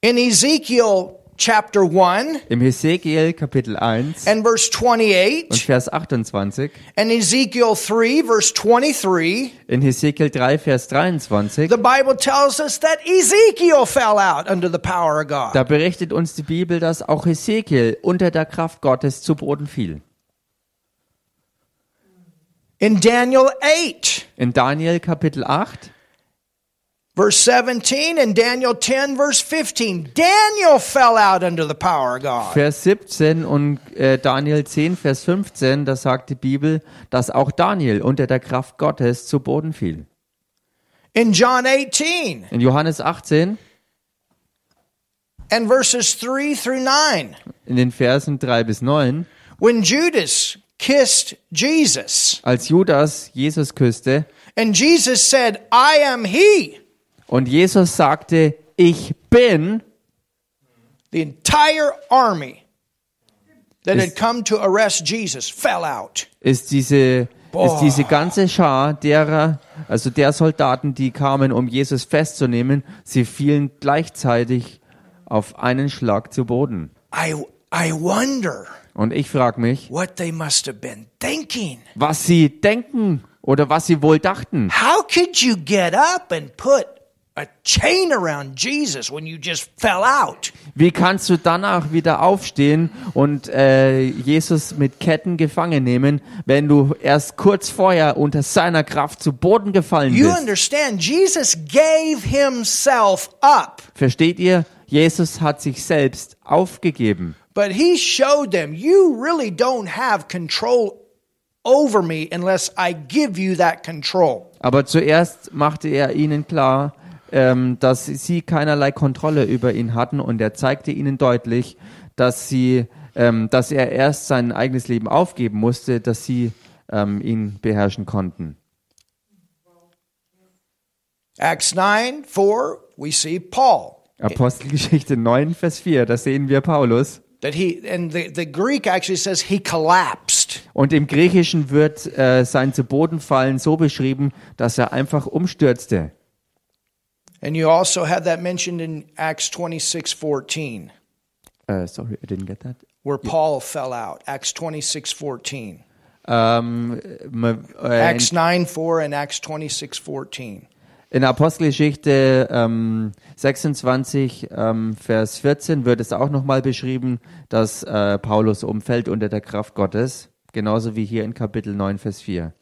In Ezekiel chapter 1 Im Hesekiel Kapitel 1 and verse 28. und Vers 28, And Ezekiel 3, verse 23, in Hesekiel 3, Vers 23, the Bible tells us that Ezekiel fell out under the power of God. da berichtet uns die Bibel, dass auch Hesekiel unter der Kraft Gottes zu Boden fiel. In Daniel 8, In Daniel Kapitel 8, verse 17, and Daniel 10, verse 15, Daniel fell out under the power of God. Vers 17 und äh, Daniel 10, Vers 15, da sagt die Bibel, dass auch Daniel unter der Kraft Gottes zu Boden fiel. In John 18, In Johannes 18, and verses 3 through 9, in den Versen 3 bis 9, when Judas kissed Jesus, als Judas Jesus küsste and Jesus said, I am he, und Jesus sagte, ich bin, the entire army that Is- had come to arrest Jesus fell out. ist diese, ist Boah. diese ganze Schar derer, also der Soldaten, die kamen, um Jesus festzunehmen, sie fielen gleichzeitig auf einen Schlag zu Boden. I, I wonder Und ich frage mich, what they must have been thinking. was sie denken oder was sie wohl dachten. How could you get up and put a chain around Jesus when you just fell out? Wie kannst du danach wieder aufstehen und äh, Jesus mit Ketten gefangen nehmen, wenn du erst kurz vorher unter seiner Kraft zu Boden gefallen You bist? understand, Jesus gave himself up, Versteht ihr? Jesus hat sich selbst aufgegeben. but he showed them, you really don't have control over me unless I give you that control. Aber zuerst machte er ihnen klar, ähm, dass sie keinerlei Kontrolle über ihn hatten und er zeigte ihnen deutlich, dass sie, ähm, dass er erst sein eigenes Leben aufgeben musste, dass sie ähm, ihn beherrschen konnten. Acts 9 4, we see Paul. Apostelgeschichte 9, Vers 4, da sehen wir Paulus. That he and the, the Greek actually says he collapsed. Und im Griechischen wird äh, sein zu Boden fallen so beschrieben, dass er einfach umstürzte. And you also have that mentioned in Acts 26 14, Äh, sorry, I didn't get that. where Paul fell out. Acts 26 14. Ähm, man- äh, in Acts 9 4 and Acts 26 14. In Apostelgeschichte ähm, 26, ähm, Vers 14 wird es auch nochmal beschrieben, dass äh, Paulus umfällt unter der Kraft Gottes, genauso wie hier in Kapitel 9, Vers 4.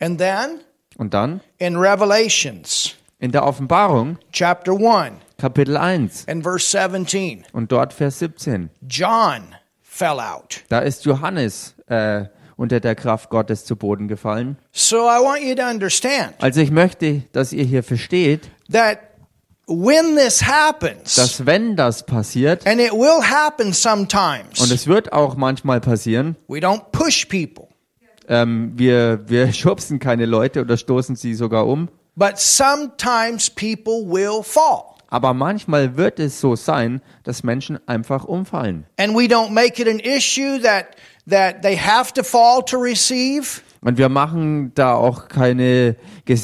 And then Und dann in Revelations in der Offenbarung, chapter 1 Kapitel 1 and verse 17, und dort Vers 17, John fell out. da ist Johannes äh, unter der Kraft Gottes zu Boden gefallen. So I want you to understand Also ich möchte, dass ihr hier versteht, that when this happens, dass wenn das passiert, and it will happen und sometimes, es wird auch manchmal passieren, we don't push people. ähm, wir, wir schubsen keine Leute oder stoßen sie sogar um. But sometimes people will fall, Aber manchmal wird es so sein, dass Menschen einfach umfallen. and we don't make it an issue that that they have to fall to receive. Und wir machen da auch keine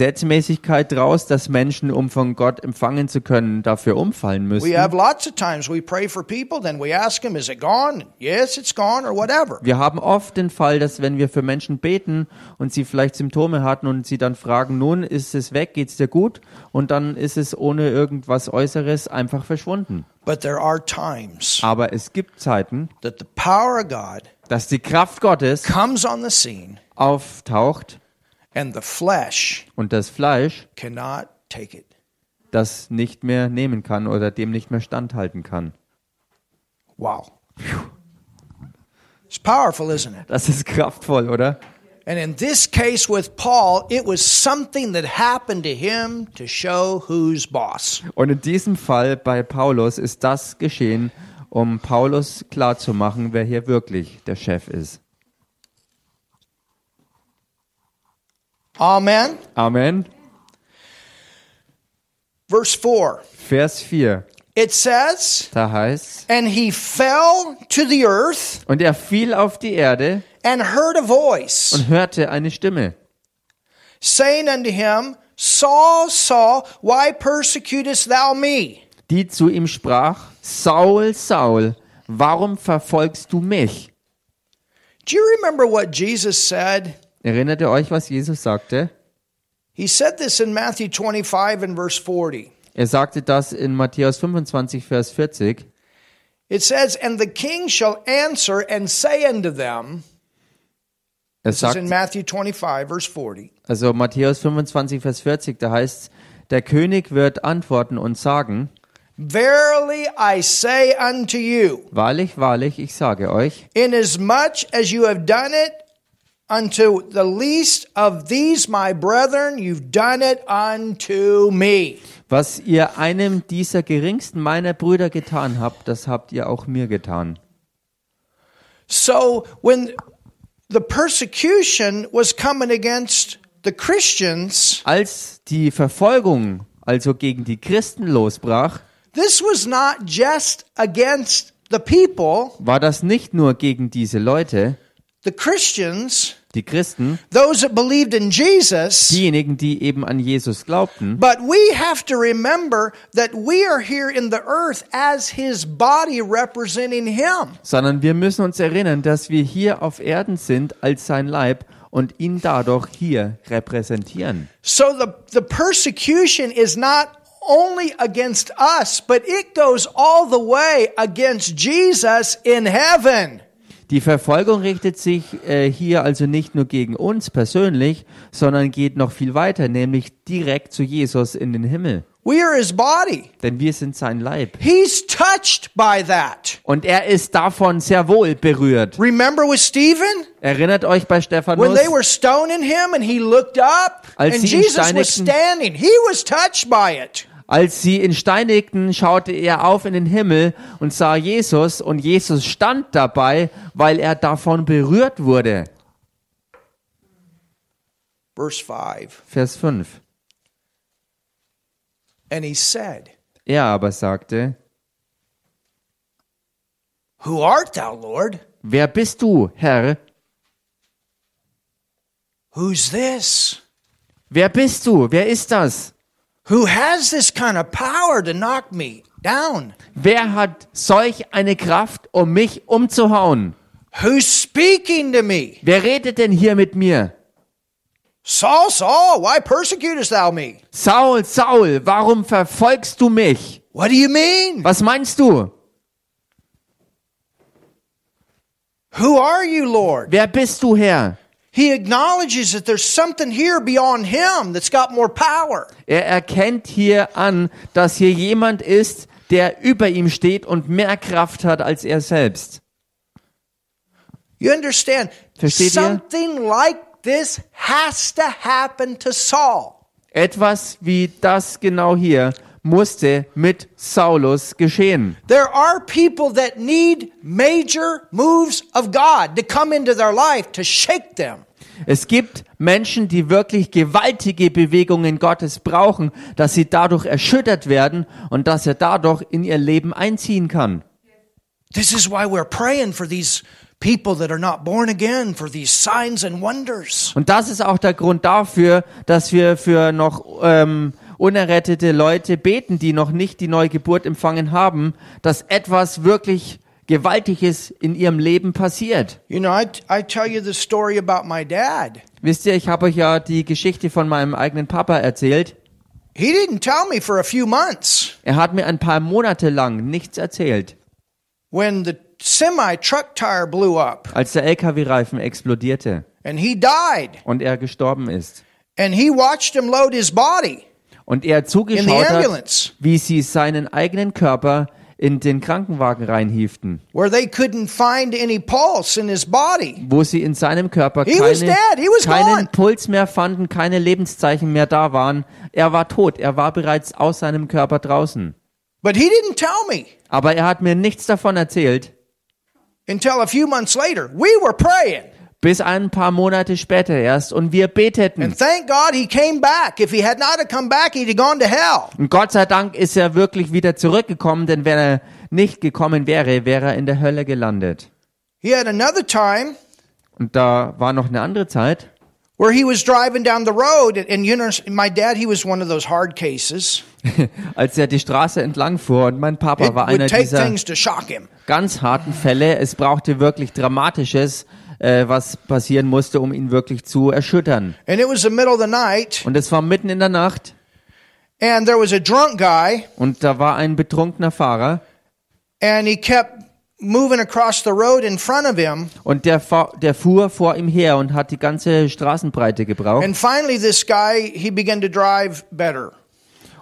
Gesetzmäßigkeit draus, dass Menschen, um von Gott empfangen zu können, dafür umfallen We müssen. have lots of times we pray for people, then we ask them, "Is it gone?" Yes, it's gone, or whatever. Wir haben oft den Fall, dass wenn wir für Menschen beten und sie vielleicht Symptome hatten und sie dann fragen, nun ist es weg, geht's dir gut? Und dann ist es ohne irgendwas Äußeres einfach verschwunden. But there are times Aber es gibt Zeiten, that the power of God dass die Kraft Gottes comes on the scene, auftaucht and the flesh und das Fleisch cannot take it. das nicht mehr nehmen kann oder dem nicht mehr standhalten kann. Wow. It's powerful, isn't it? Das ist kraftvoll, oder? And in this case with Paul, it was something that happened to him to show who's boss. Und in diesem Fall bei Paulus ist das geschehen, um Paulus klarzumachen, wer hier wirklich der Chef ist. Amen. Amen. Verse 4. Vers 4. It says, Da heißt And he fell to the earth Und er fiel auf die Erde and heard a voice und hörte eine Stimme, saying unto him, Saul, Saul, why persecutest thou me? die zu ihm sprach, Saul, Saul, warum verfolgst du mich? Do you remember what Jesus said? Erinnert ihr euch, was Jesus sagte? He said this in Matthew 25 and verse 40. Er sagte das in Matthäus 25, Vers 40. It says, And the king shall answer and say unto them, Er This is sagt, in Matthew 25, verse 40. also Matthäus 25, Vers 40, da heißt der König wird antworten und sagen, Verily I say unto you, wahrlich, wahrlich, ich sage euch, inasmuch as you have done it unto the least of these my brethren, you've done it unto me. was ihr einem dieser geringsten meiner Brüder getan habt, das habt ihr auch mir getan. So when the persecution was coming against the Christians, Als die Verfolgung also gegen die Christen losbrach, this was not just against the people, war das nicht nur gegen diese Leute, the Christians, die Christen, those that believed in Jesus. diejenigen, die eben an Jesus glaubten, But we have to remember that we are here in the earth as his body representing him. sondern wir müssen uns erinnern, dass wir hier auf Erden sind als sein Leib und ihn dadurch hier repräsentieren. So the, the persecution is not only against us, but it goes all the way against Jesus in heaven. Die Verfolgung richtet sich äh, hier also nicht nur gegen uns persönlich, sondern geht noch viel weiter, nämlich direkt zu Jesus in den Himmel. We are his body. Denn wir sind sein Leib. He's touched by that. Und er ist davon sehr wohl berührt. Remember with Stephen? Erinnert euch bei Stephanus, When they were stoning him and he looked up Als and sie ihn Jesus was steinigten- standing. He was touched by it. als sie ihn steinigten, schaute er auf in den Himmel und sah Jesus und Jesus stand dabei, weil er davon berührt wurde. Verse 5. Vers 5. And he said, Er aber sagte, Who art thou, Lord? wer bist du, Herr? Who's this? Wer bist du? Wer ist das? Who has this kind of power to knock me down? Wer hat solch eine Kraft, um mich umzuhauen? Who's speaking to me? Wer redet denn hier mit mir? Saul, Saul, why persecutest thou me? Saul, Saul, warum verfolgst du mich? What do you mean? Was meinst du? Who are you, Lord? Wer bist du, Herr? He acknowledges that there's something here beyond him that's got more power. Er erkennt hier an, dass hier jemand ist, der über ihm steht und mehr Kraft hat als er selbst. You understand? Versteht ihr? Something like this has to happen to Saul. Etwas wie das genau hier musste mit Saulus geschehen. There are people that need major moves of God to come into their life to shake them. Es gibt Menschen, die wirklich gewaltige Bewegungen Gottes brauchen, dass sie dadurch erschüttert werden und dass er dadurch in ihr Leben einziehen kann. This is why we're praying for these people that are not born again, for these signs and wonders. Und das ist auch der Grund dafür, dass wir für noch ähm, unerrettete Leute beten, die noch nicht die Neugeburt empfangen haben, dass etwas wirklich Gewaltiges in ihrem Leben passiert. You know, I, I tell you the story about my dad. Wisst ihr, ich habe euch ja die Geschichte von meinem eigenen Papa erzählt. He didn't tell me for a few months Er hat mir ein paar Monate lang nichts erzählt. when the semi truck tire blew up Als der LKW-Reifen explodierte and he died. und er gestorben ist And he watched him load his body und er in the zugeschaut hat, ambulance wie sie seinen eigenen Körper in den Krankenwagen reinhieften, where they couldn't find any pulse in his body. wo sie in seinem Körper He was keine, dead. He was gone. keinen Puls mehr fanden, keine Lebenszeichen mehr da waren. Er war tot, er war bereits aus seinem Körper draußen. But he didn't tell me Aber er hat mir nichts davon erzählt, until a few months later. We were praying. bis ein paar Monate später erst und wir And beteten. thank God he came back. If he had not have come back, he'd have gone to hell. Und Gott sei Dank ist er wirklich wieder zurückgekommen, denn wenn er nicht gekommen wäre, wäre er in der Hölle gelandet. He had another time Und da war noch eine andere Zeit. where he was driving down the road, and, and you know, my dad, he was one of those hard cases. als er die Straße entlang fuhr und mein Papa It war would einer take dieser things to shock him. ganz harten Fälle. Es brauchte wirklich Dramatisches, äh, was passieren musste, um ihn wirklich zu erschüttern. And it was the middle of the night, Und es war mitten in der Nacht and there was a drunk guy, und da war ein betrunkener Fahrer and he kept moving across the road in front of him. und der, fa- der fuhr vor ihm her und hat die ganze Straßenbreite gebraucht. And finally, this guy, he began to drive better.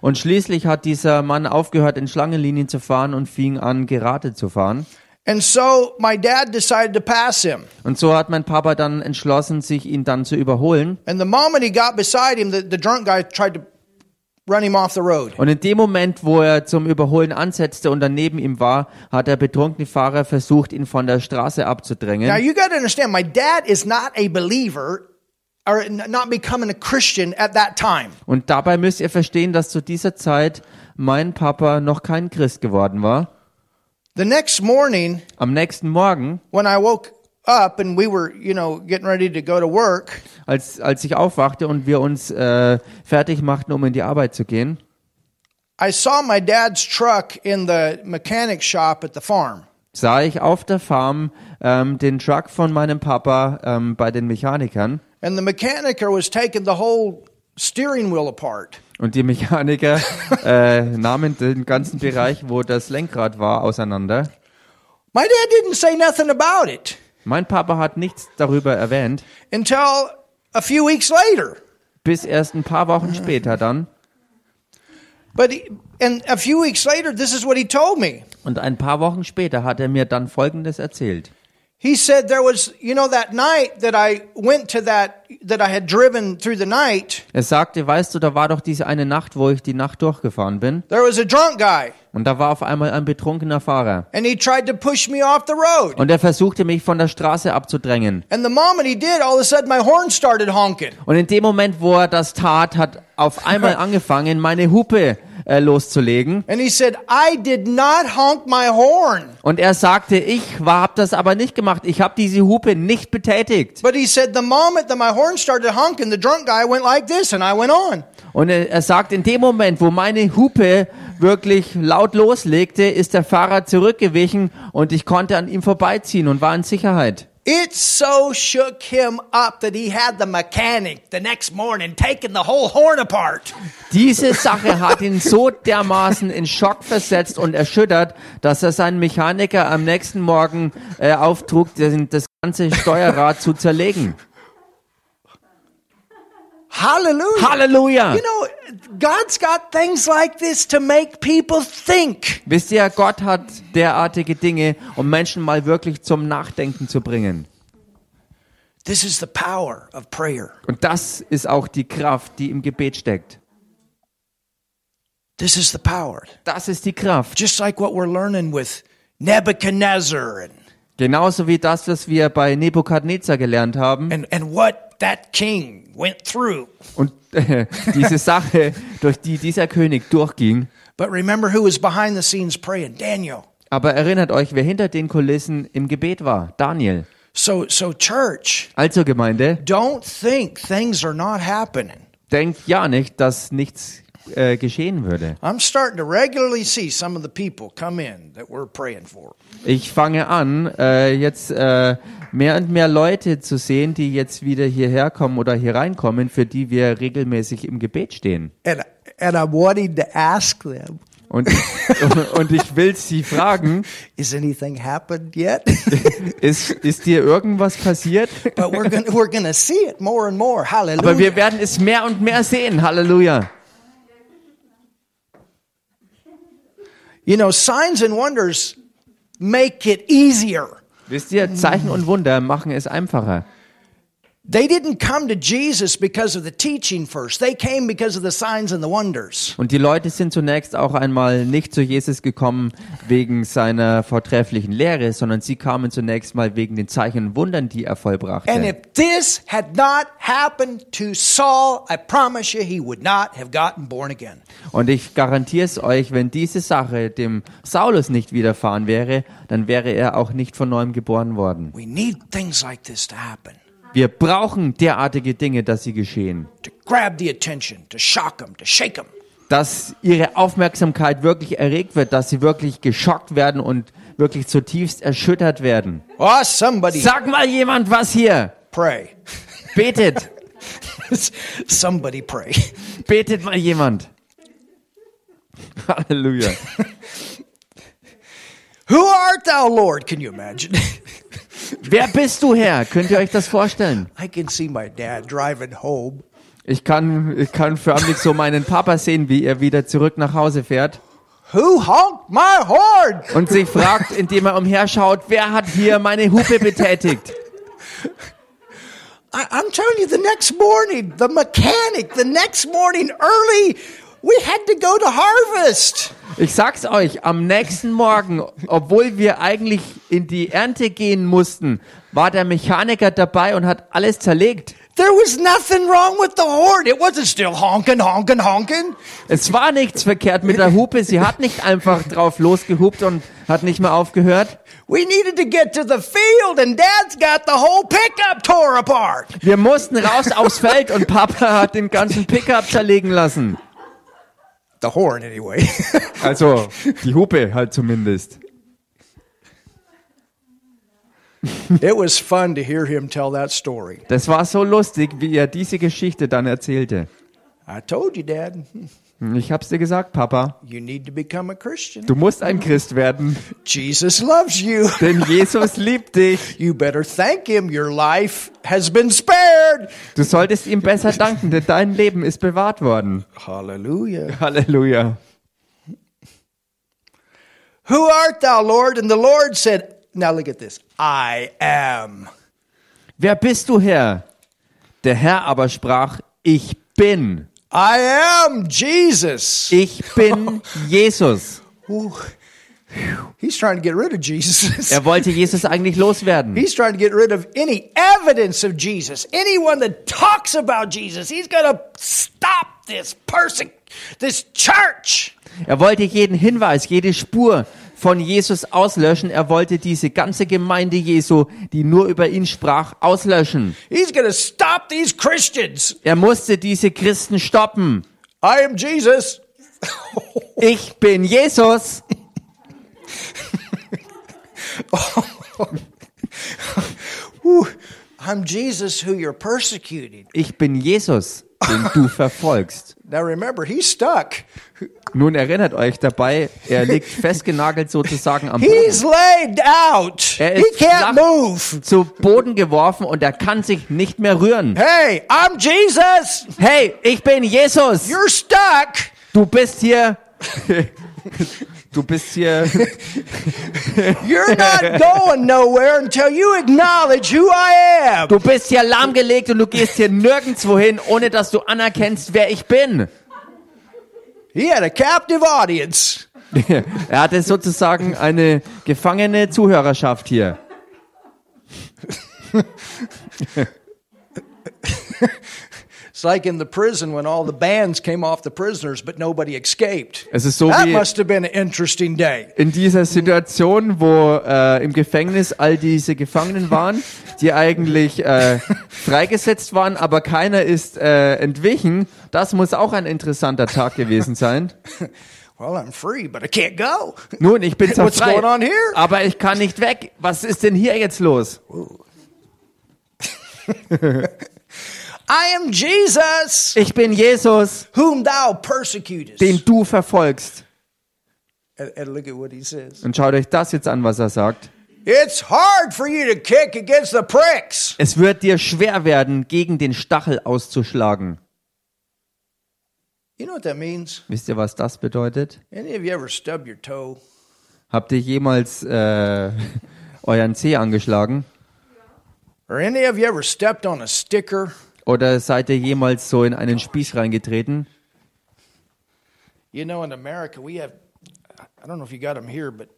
Und schließlich hat dieser Mann aufgehört, in Schlangenlinien zu fahren und fing an, gerade zu fahren. And so my dad decided to pass him. Und so hat mein Papa dann entschlossen, sich ihn dann zu überholen. And the moment he got beside him, the, the drunk guy tried to run him off the road. Und in dem Moment, wo er zum Überholen ansetzte und daneben ihm war, hat der betrunkene Fahrer versucht, ihn von der Straße Now abzudrängen. you got to understand, my dad is not a believer or n- not becoming a Christian at that time. Und dabei müsst ihr verstehen, dass zu dieser Zeit mein Papa noch kein Christ geworden war. The next morning, Am nächsten Morgen, when I woke up and we were, you know, getting ready to go to work, als, als ich aufwachte und wir uns äh, fertig machten, um in die Arbeit zu gehen, I saw my dad's truck in the mechanic shop at the farm. sah ich auf der Farm ähm, den Truck von meinem Papa ähm, bei den Mechanikern. And the mechanicer was taking the whole steering wheel apart. Und die Mechaniker äh, nahmen den ganzen Bereich, wo das Lenkrad war, auseinander. My dad didn't say nothing about it Mein Papa hat nichts darüber erwähnt, until a few weeks later. bis erst ein paar Wochen später dann. But he, and a few weeks later, this is what he told me. Und ein paar Wochen später hat er mir dann Folgendes erzählt. He said there was, you know, that night that I went to that that I had driven through the night. Er sagte, weißt du, da war doch diese eine Nacht, wo ich die Nacht durchgefahren bin. There was a drunk guy, Und da war auf einmal ein betrunkener Fahrer. and he tried to push me off the road. Und er versuchte mich von der Straße abzudrängen. And the moment he did, all of a sudden my horn started honking. Und in dem Moment, wo er das tat, hat auf einmal angefangen, meine Hupe äh, loszulegen. And he said, "I did not honk my horn." Und er sagte, ich war, hab das aber nicht gemacht. Ich habe diese Hupe nicht betätigt. But he said, the moment that my horn started honking, the drunk guy went like this, and I went on. Und er, er sagt, in dem Moment, wo meine Hupe wirklich laut loslegte, ist der Fahrer zurückgewichen und ich konnte an ihm vorbeiziehen und war in Sicherheit. It so shook him up that he had the mechanic the next morning taking the whole horn apart. Diese Sache hat ihn so dermaßen in Schock versetzt und erschüttert, dass er seinen Mechaniker am nächsten Morgen äh, auftrug, den, das ganze Steuerrad zu zerlegen. Hallelujah. Halleluja! You know, God's got things like this to make people think. Wisst ihr, Gott hat derartige Dinge, um Menschen mal wirklich zum Nachdenken zu bringen. This is the power of prayer. Und das ist auch die Kraft, die im Gebet steckt. This is the power. Das ist die Kraft. Just like what we're learning with Nebuchadnezzar and, Genauso wie das, was wir bei Nebukadnezar gelernt haben and, and what that king went through. Und äh, diese Sache, durch die dieser König durchging. But remember who was behind the scenes praying? Daniel. Aber erinnert euch, wer hinter den Kulissen im Gebet war. Daniel. So, so church, Also Gemeinde, don't think things are not happening. denkt ja nicht, dass nichts äh, geschehen würde. I'm starting to regularly see some of the people come in that we're praying for. Ich fange an, äh, jetzt äh, mehr und mehr Leute zu sehen, die jetzt wieder hierher kommen oder hier reinkommen, für die wir regelmäßig im Gebet stehen. And, and I'm wanting to ask them, Und, und ich will sie fragen, is anything happened yet? ist, ist dir irgendwas passiert? but we're going we're going to see it more and more. Aber Hallelujah. wir werden es mehr und mehr sehen. Halleluja. You know, signs and wonders make it easier. Wisst ihr, Zeichen und Wunder machen es einfacher. They didn't come to Jesus because of the teaching first. They came because of the signs and the wonders. Und die Leute sind zunächst auch einmal nicht zu Jesus gekommen wegen seiner vortrefflichen Lehre, sondern sie kamen zunächst mal wegen den Zeichen und Wundern, die er vollbrachte. And if this had not happened to Saul, I promise you he would not have gotten born again. Und ich garantiere es euch, wenn diese Sache dem Saulus nicht widerfahren wäre, dann wäre er auch nicht von neuem geboren worden. We need things like this to happen Wir brauchen derartige Dinge, dass sie geschehen. to grab the attention, to shock them, to shake them. Dass ihre Aufmerksamkeit wirklich erregt wird, dass sie wirklich geschockt werden und wirklich zutiefst erschüttert werden. Oh, somebody Sag mal jemand was hier. pray. Betet. somebody pray. Betet mal jemand. Halleluja. Who art thou, Lord? Can you imagine? Wer bist du, Herr? Könnt ihr euch das vorstellen? I can see my dad driving home. Ich kann, ich kann förmlich so meinen Papa sehen, wie er wieder zurück nach Hause fährt. Who honked my horn? und sich fragt, indem er umherschaut, wer hat hier meine Hupe betätigt? I, I'm telling you, the next morning, the mechanic, the next morning early, we had to go to harvest. Ich sag's euch, am nächsten Morgen, obwohl wir eigentlich in die Ernte gehen mussten, war der Mechaniker dabei und hat alles zerlegt. There was nothing wrong with the horn. It wasn't still honking, honking, honking. Es war nichts verkehrt mit der Hupe, sie hat nicht einfach drauf losgehupt und hat nicht mehr aufgehört. We needed to get to the field, and Dad's got the whole pickup tore apart. Wir mussten raus aufs Feld und Papa hat den ganzen Pickup zerlegen lassen. The horn, anyway. Also, die Hupe halt zumindest. it was fun to hear him tell that story. Das war so lustig, wie er diese Geschichte dann erzählte. I told you, Dad, Ich hab's dir gesagt, Papa. you need to become a Christian. Du musst ein Christ werden, Jesus loves you. denn Jesus liebt dich. You better thank him. Your life has been spared. Du solltest ihm besser danken, denn dein Leben ist bewahrt worden. Hallelujah. Halleluja. Who art thou, Lord? And the Lord said, Now look at this I am. Wer bist du, Herr? Der Herr aber sprach, ich bin. I am Jesus. Ich bin Jesus. Ooh. Phew. He's trying to get rid of Jesus. Er wollte Jesus eigentlich loswerden. He's trying to get rid of any evidence of Jesus. Anyone that talks about Jesus, he's going to stop this person, this church. Er wollte jeden Hinweis, jede Spur von Jesus auslöschen. Er wollte diese ganze Gemeinde Jesu, die nur über ihn sprach, auslöschen. He's going to stop these Christians. Er musste diese Christen stoppen. I am Jesus. Ich bin Jesus. Whew. I'm Jesus who you're persecuting. ich bin Jesus, den du verfolgst. Now remember, he's stuck. Nun erinnert euch dabei, er liegt festgenagelt sozusagen am Boden. He's laid out. Er he ist flach can't move. zu Boden geworfen und er kann sich nicht mehr rühren. Hey, I'm Jesus. Hey, ich bin Jesus. You're stuck. Du bist hier. Du bist hier. You're not going nowhere until you acknowledge who I am. Du bist hier lahmgelegt und du gehst hier nirgendwo hin, ohne dass du anerkennst, wer ich bin. He had a captive audience. Er hatte sozusagen eine gefangene Zuhörerschaft hier. It's like in the prison when all the bands came off the prisoners, but nobody escaped. Es ist so that wie- must have been an interesting day. in dieser Situation, wo äh, im Gefängnis all diese Gefangenen waren, die eigentlich äh, freigesetzt waren, aber keiner ist äh, entwichen, das muss auch ein interessanter Tag gewesen sein. Well, I'm free, but I can't go. Nun, ich bin zwar What's frei, going on here? aber ich kann nicht weg. Was ist denn hier jetzt los? I am Jesus, Ich bin Jesus, whom thou persecutest. den du verfolgst. And, and look at what he says. Und schaut euch das jetzt an, was er sagt. It's hard for you to kick against the pricks. Es wird dir schwer werden, gegen den Stachel auszuschlagen. You know what that means? Wisst ihr, was das bedeutet? Any of you ever stub your toe? Habt ihr jemals äh, euren Zeh angeschlagen? Or any of you ever stepped on a sticker? Oder seid ihr jemals so in einen Spieß reingetreten? You know, in America, we have, I don't know if you got them here, but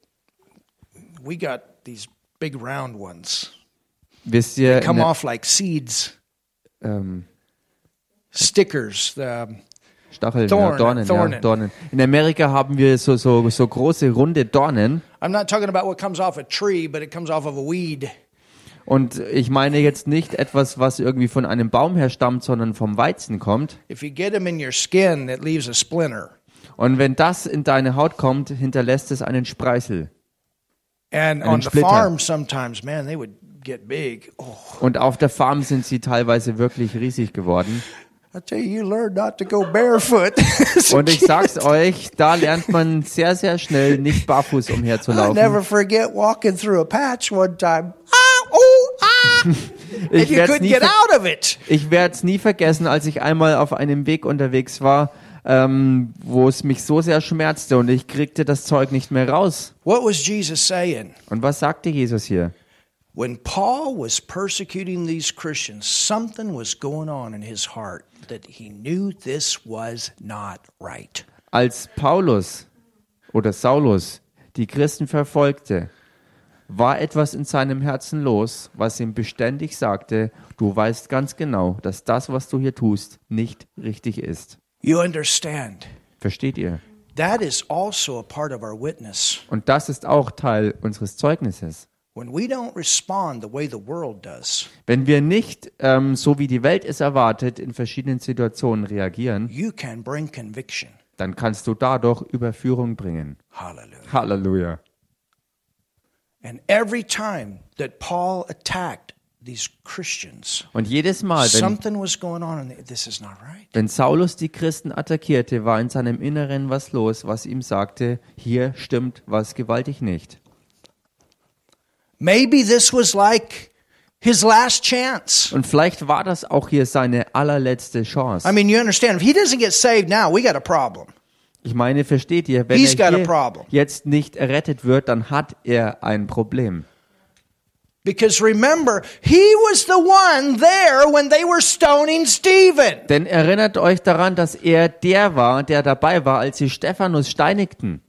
we got these big round ones. Wisst ihr, Come in- off like seeds, ähm, stickers. The, Stacheln, ja, Dornen, Dornen, Ja, Dornen. Dornen. In Amerika haben wir so, so, so große, runde Dornen. I'm not talking about what comes off a tree, but it comes off of a weed. Und ich meine jetzt nicht etwas, was irgendwie von einem Baum her stammt, sondern vom Weizen kommt. If you get them in your skin, it leaves a splinter. Und wenn das in deine Haut kommt, hinterlässt es einen Spreißel. Einen And on the Splitter. farm, sometimes, man, they would get big. Oh, Und auf der Farm sind sie teilweise wirklich riesig geworden. I tell you, you learn not to go barefoot. as a Und ich kid. sag's euch, da lernt man sehr, sehr schnell, nicht barfuß I'll umherzulaufen. never forget walking through a patch one time. Ah, oh, ah. Ich and you werd's couldn't nie get ver- out of it. Ich werde es nie vergessen, als ich einmal auf einem Weg unterwegs war, ähm, wo es mich so sehr schmerzte und ich kriegte das Zeug nicht mehr raus. What was Jesus saying? Und was sagte Jesus hier? When Paul was persecuting these Christians, something was going on in his heart that he knew this was not right. Als Paulus oder Saulus die Christen verfolgte, war etwas in seinem Herzen los, was ihm beständig sagte, du weißt ganz genau, dass das, was du hier tust, nicht richtig ist. You understand? Versteht ihr? That is also a part of our witness. Und das ist auch Teil unseres Zeugnisses. When we don't respond the way the world does, Wenn wir nicht, ähm, so wie die Welt es erwartet, in verschiedenen Situationen reagieren, you can bring conviction. dann kannst du dadurch Überführung bringen. Hallelujah. Halleluja. And every time that Paul attacked these Christians, Und jedes Mal, wenn, something was going on and this is not right. wenn Saulus die Christen attackierte, war in seinem Inneren was los, was ihm sagte, hier stimmt was gewaltig nicht. Maybe this was like his last chance. Und vielleicht war das auch hier seine allerletzte Chance. I mean, you understand, if he doesn't get saved now, we got a problem. Ich meine, versteht ihr, wenn He's er got a hier problem. jetzt nicht errettet wird, dann hat er ein Problem. Because remember, he was the one there when they were stoning Stephen. Denn erinnert euch daran, dass er der war, der dabei war, als sie Stephanus steinigten.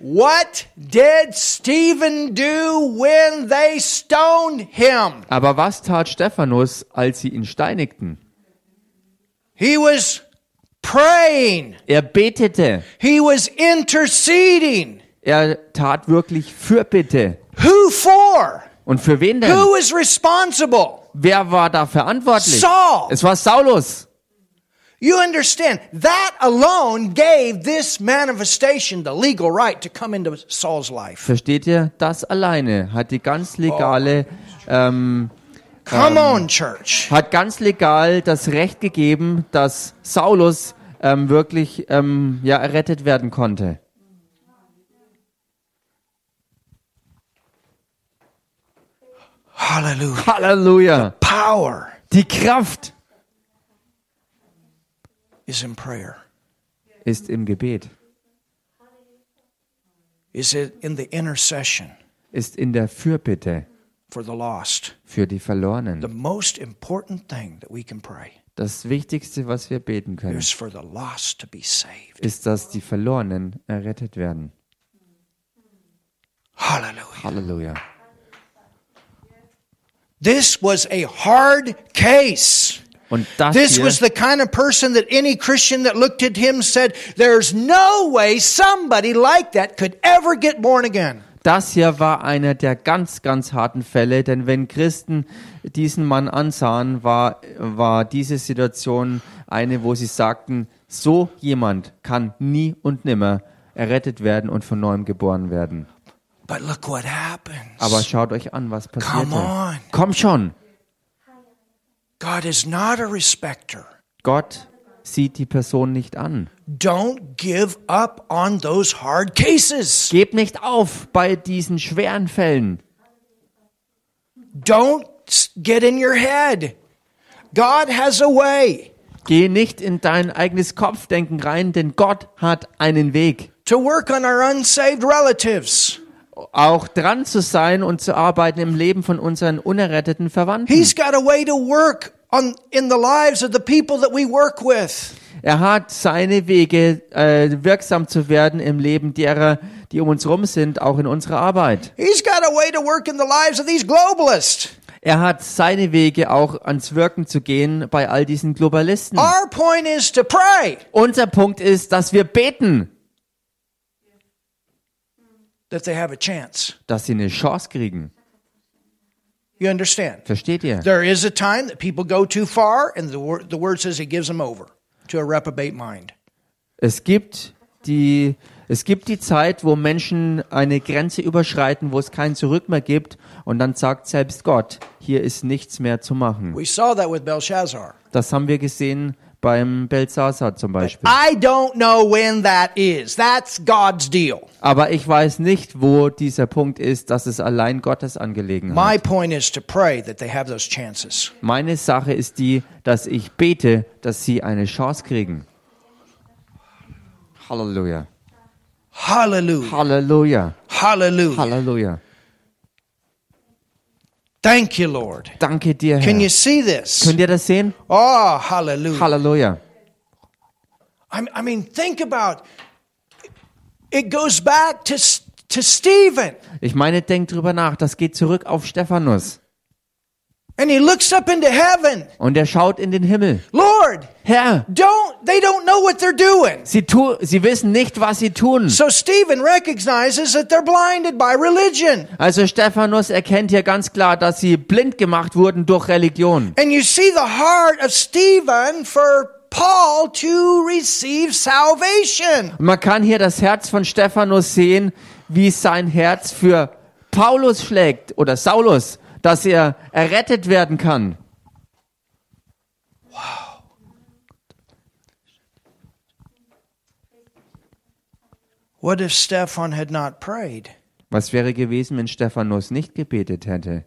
What did Stephen do when they stoned him? Aber was tat Stephanus, als sie ihn steinigten? He was praying, Er betete. he was interceding. Er tat wirklich Fürbitte. Who for? Und für wen denn? Who is responsible? Wer war da verantwortlich? Saul. Es war Saulus. You understand, that alone gave this manifestation the legal right to come into Saul's life. Versteht ihr? Das alleine hat die ganz legale, ähm, Come on, church. hat ganz legal das Recht gegeben, dass Saulus ähm, wirklich ähm, ja errettet werden konnte. Hallelujah. Halleluja! Power Die Kraft is in prayer, ist im Gebet, is it in the intercession ist in der Fürbitte for the lost. für die Verlorenen. The most important thing that we can pray Das Wichtigste, was wir beten können, is for the lost to be saved. ist, dass die Verlorenen errettet werden. Hallelujah. Halleluja. This was a hard case. Und das This hier, was the kind of person that any Christian that looked at him said, There's no way somebody like that could ever get born again. das hier war einer der ganz, ganz harten Fälle, denn wenn Christen diesen Mann ansahen, war, war diese Situation eine, wo sie sagten, so jemand kann nie und nimmer errettet werden und von neuem geboren werden. But look what happens. Aber schaut euch an, was Come passierte. on. Komm schon! God is not a respecter. Gott sieht die Person nicht an. Don't give up on those hard cases. Gebt nicht auf bei diesen schweren Fällen. Don't s- get in your head. God has a way Geh nicht in dein eigenes Kopfdenken rein, denn Gott hat einen Weg. to work on our unsaved relatives. Auch dran zu sein und zu arbeiten im Leben von unseren unerretteten Verwandten. He's got a way to work on in the lives of the people that we work with. Er hat seine Wege, äh, wirksam zu werden im Leben derer, die um uns rum sind, auch in unserer Arbeit. He's got a way to work in the lives of these globalists. Er hat seine Wege, auch ans Wirken zu gehen bei all diesen Globalisten. Our point is to pray Unser Punkt ist, dass wir beten, that they have a chance. dass sie eine Chance kriegen. You understand? Versteht ihr? There is a time that people go too far, and the, wor- the word says he gives them over to a reprobate mind. Es gibt die, es gibt die Zeit, wo Menschen eine Grenze überschreiten, wo es kein Zurück mehr gibt, und dann sagt selbst Gott, hier ist nichts mehr zu machen. We saw that with Belshazzar. Das haben wir gesehen beim Belsasar zum Beispiel. I don't know when that is. That's God's deal. Aber ich weiß nicht, wo dieser Punkt ist, dass es allein Gottes Angelegenheit. My point is to pray that they have those chances. Meine Sache ist die, dass ich bete, dass sie eine Chance kriegen. Halleluja. Hallelujah. Halleluja. Hallelujah. Halleluja. Thank you, Lord. Danke dir, Herr. Can you see this? Könnt ihr das sehen? Oh, hallelujah. Halleluja. I I mean, think about it goes back to S- to Stephen. Ich meine, denk drüber nach. Das geht zurück auf Stephanus. And he looks up into heaven. Und er schaut in den Himmel. Lord, Herr, don't they don't know what they're doing. sie, tu sie wissen nicht, was sie tun. So Stephen recognizes that they're blinded by religion. Also Stephanus erkennt hier ganz klar, dass sie blind gemacht wurden durch Religion. And you see the heart of Stephen for Paul to receive salvation. Und man kann hier das Herz von Stephanus sehen, wie sein Herz für Paulus schlägt oder Saulus, dass er errettet werden kann. What if Stephen had not prayed? Was wäre gewesen, wenn Stephanus nicht gebetet hätte?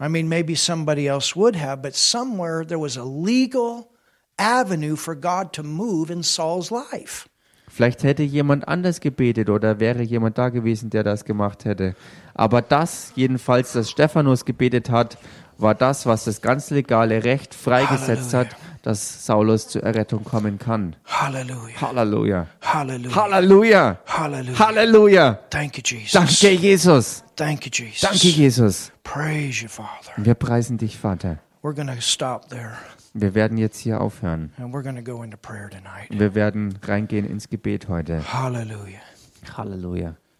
I mean, maybe somebody else would have, but somewhere there was a legal avenue for God to move in Saul's life. Vielleicht hätte jemand anders gebetet oder wäre jemand da gewesen, der das gemacht hätte. Aber das, jedenfalls, das Stephanus gebetet hat, war das, was das ganz legale Recht freigesetzt hat, dass Saulus zur Errettung kommen kann. Hallelujah. Halleluja. Hallelujah. Halleluja. Hallelujah. Halleluja. Thank you, Jesus. Danke, Jesus. Thank you, Jesus. Danke, Jesus. Praise you, Father. Wir preisen dich, Vater. We're going to stop there Wir werden jetzt hier aufhören. and we're going to go into prayer tonight. Wir werden reingehen ins Gebet heute. Hallelujah. Halleluja.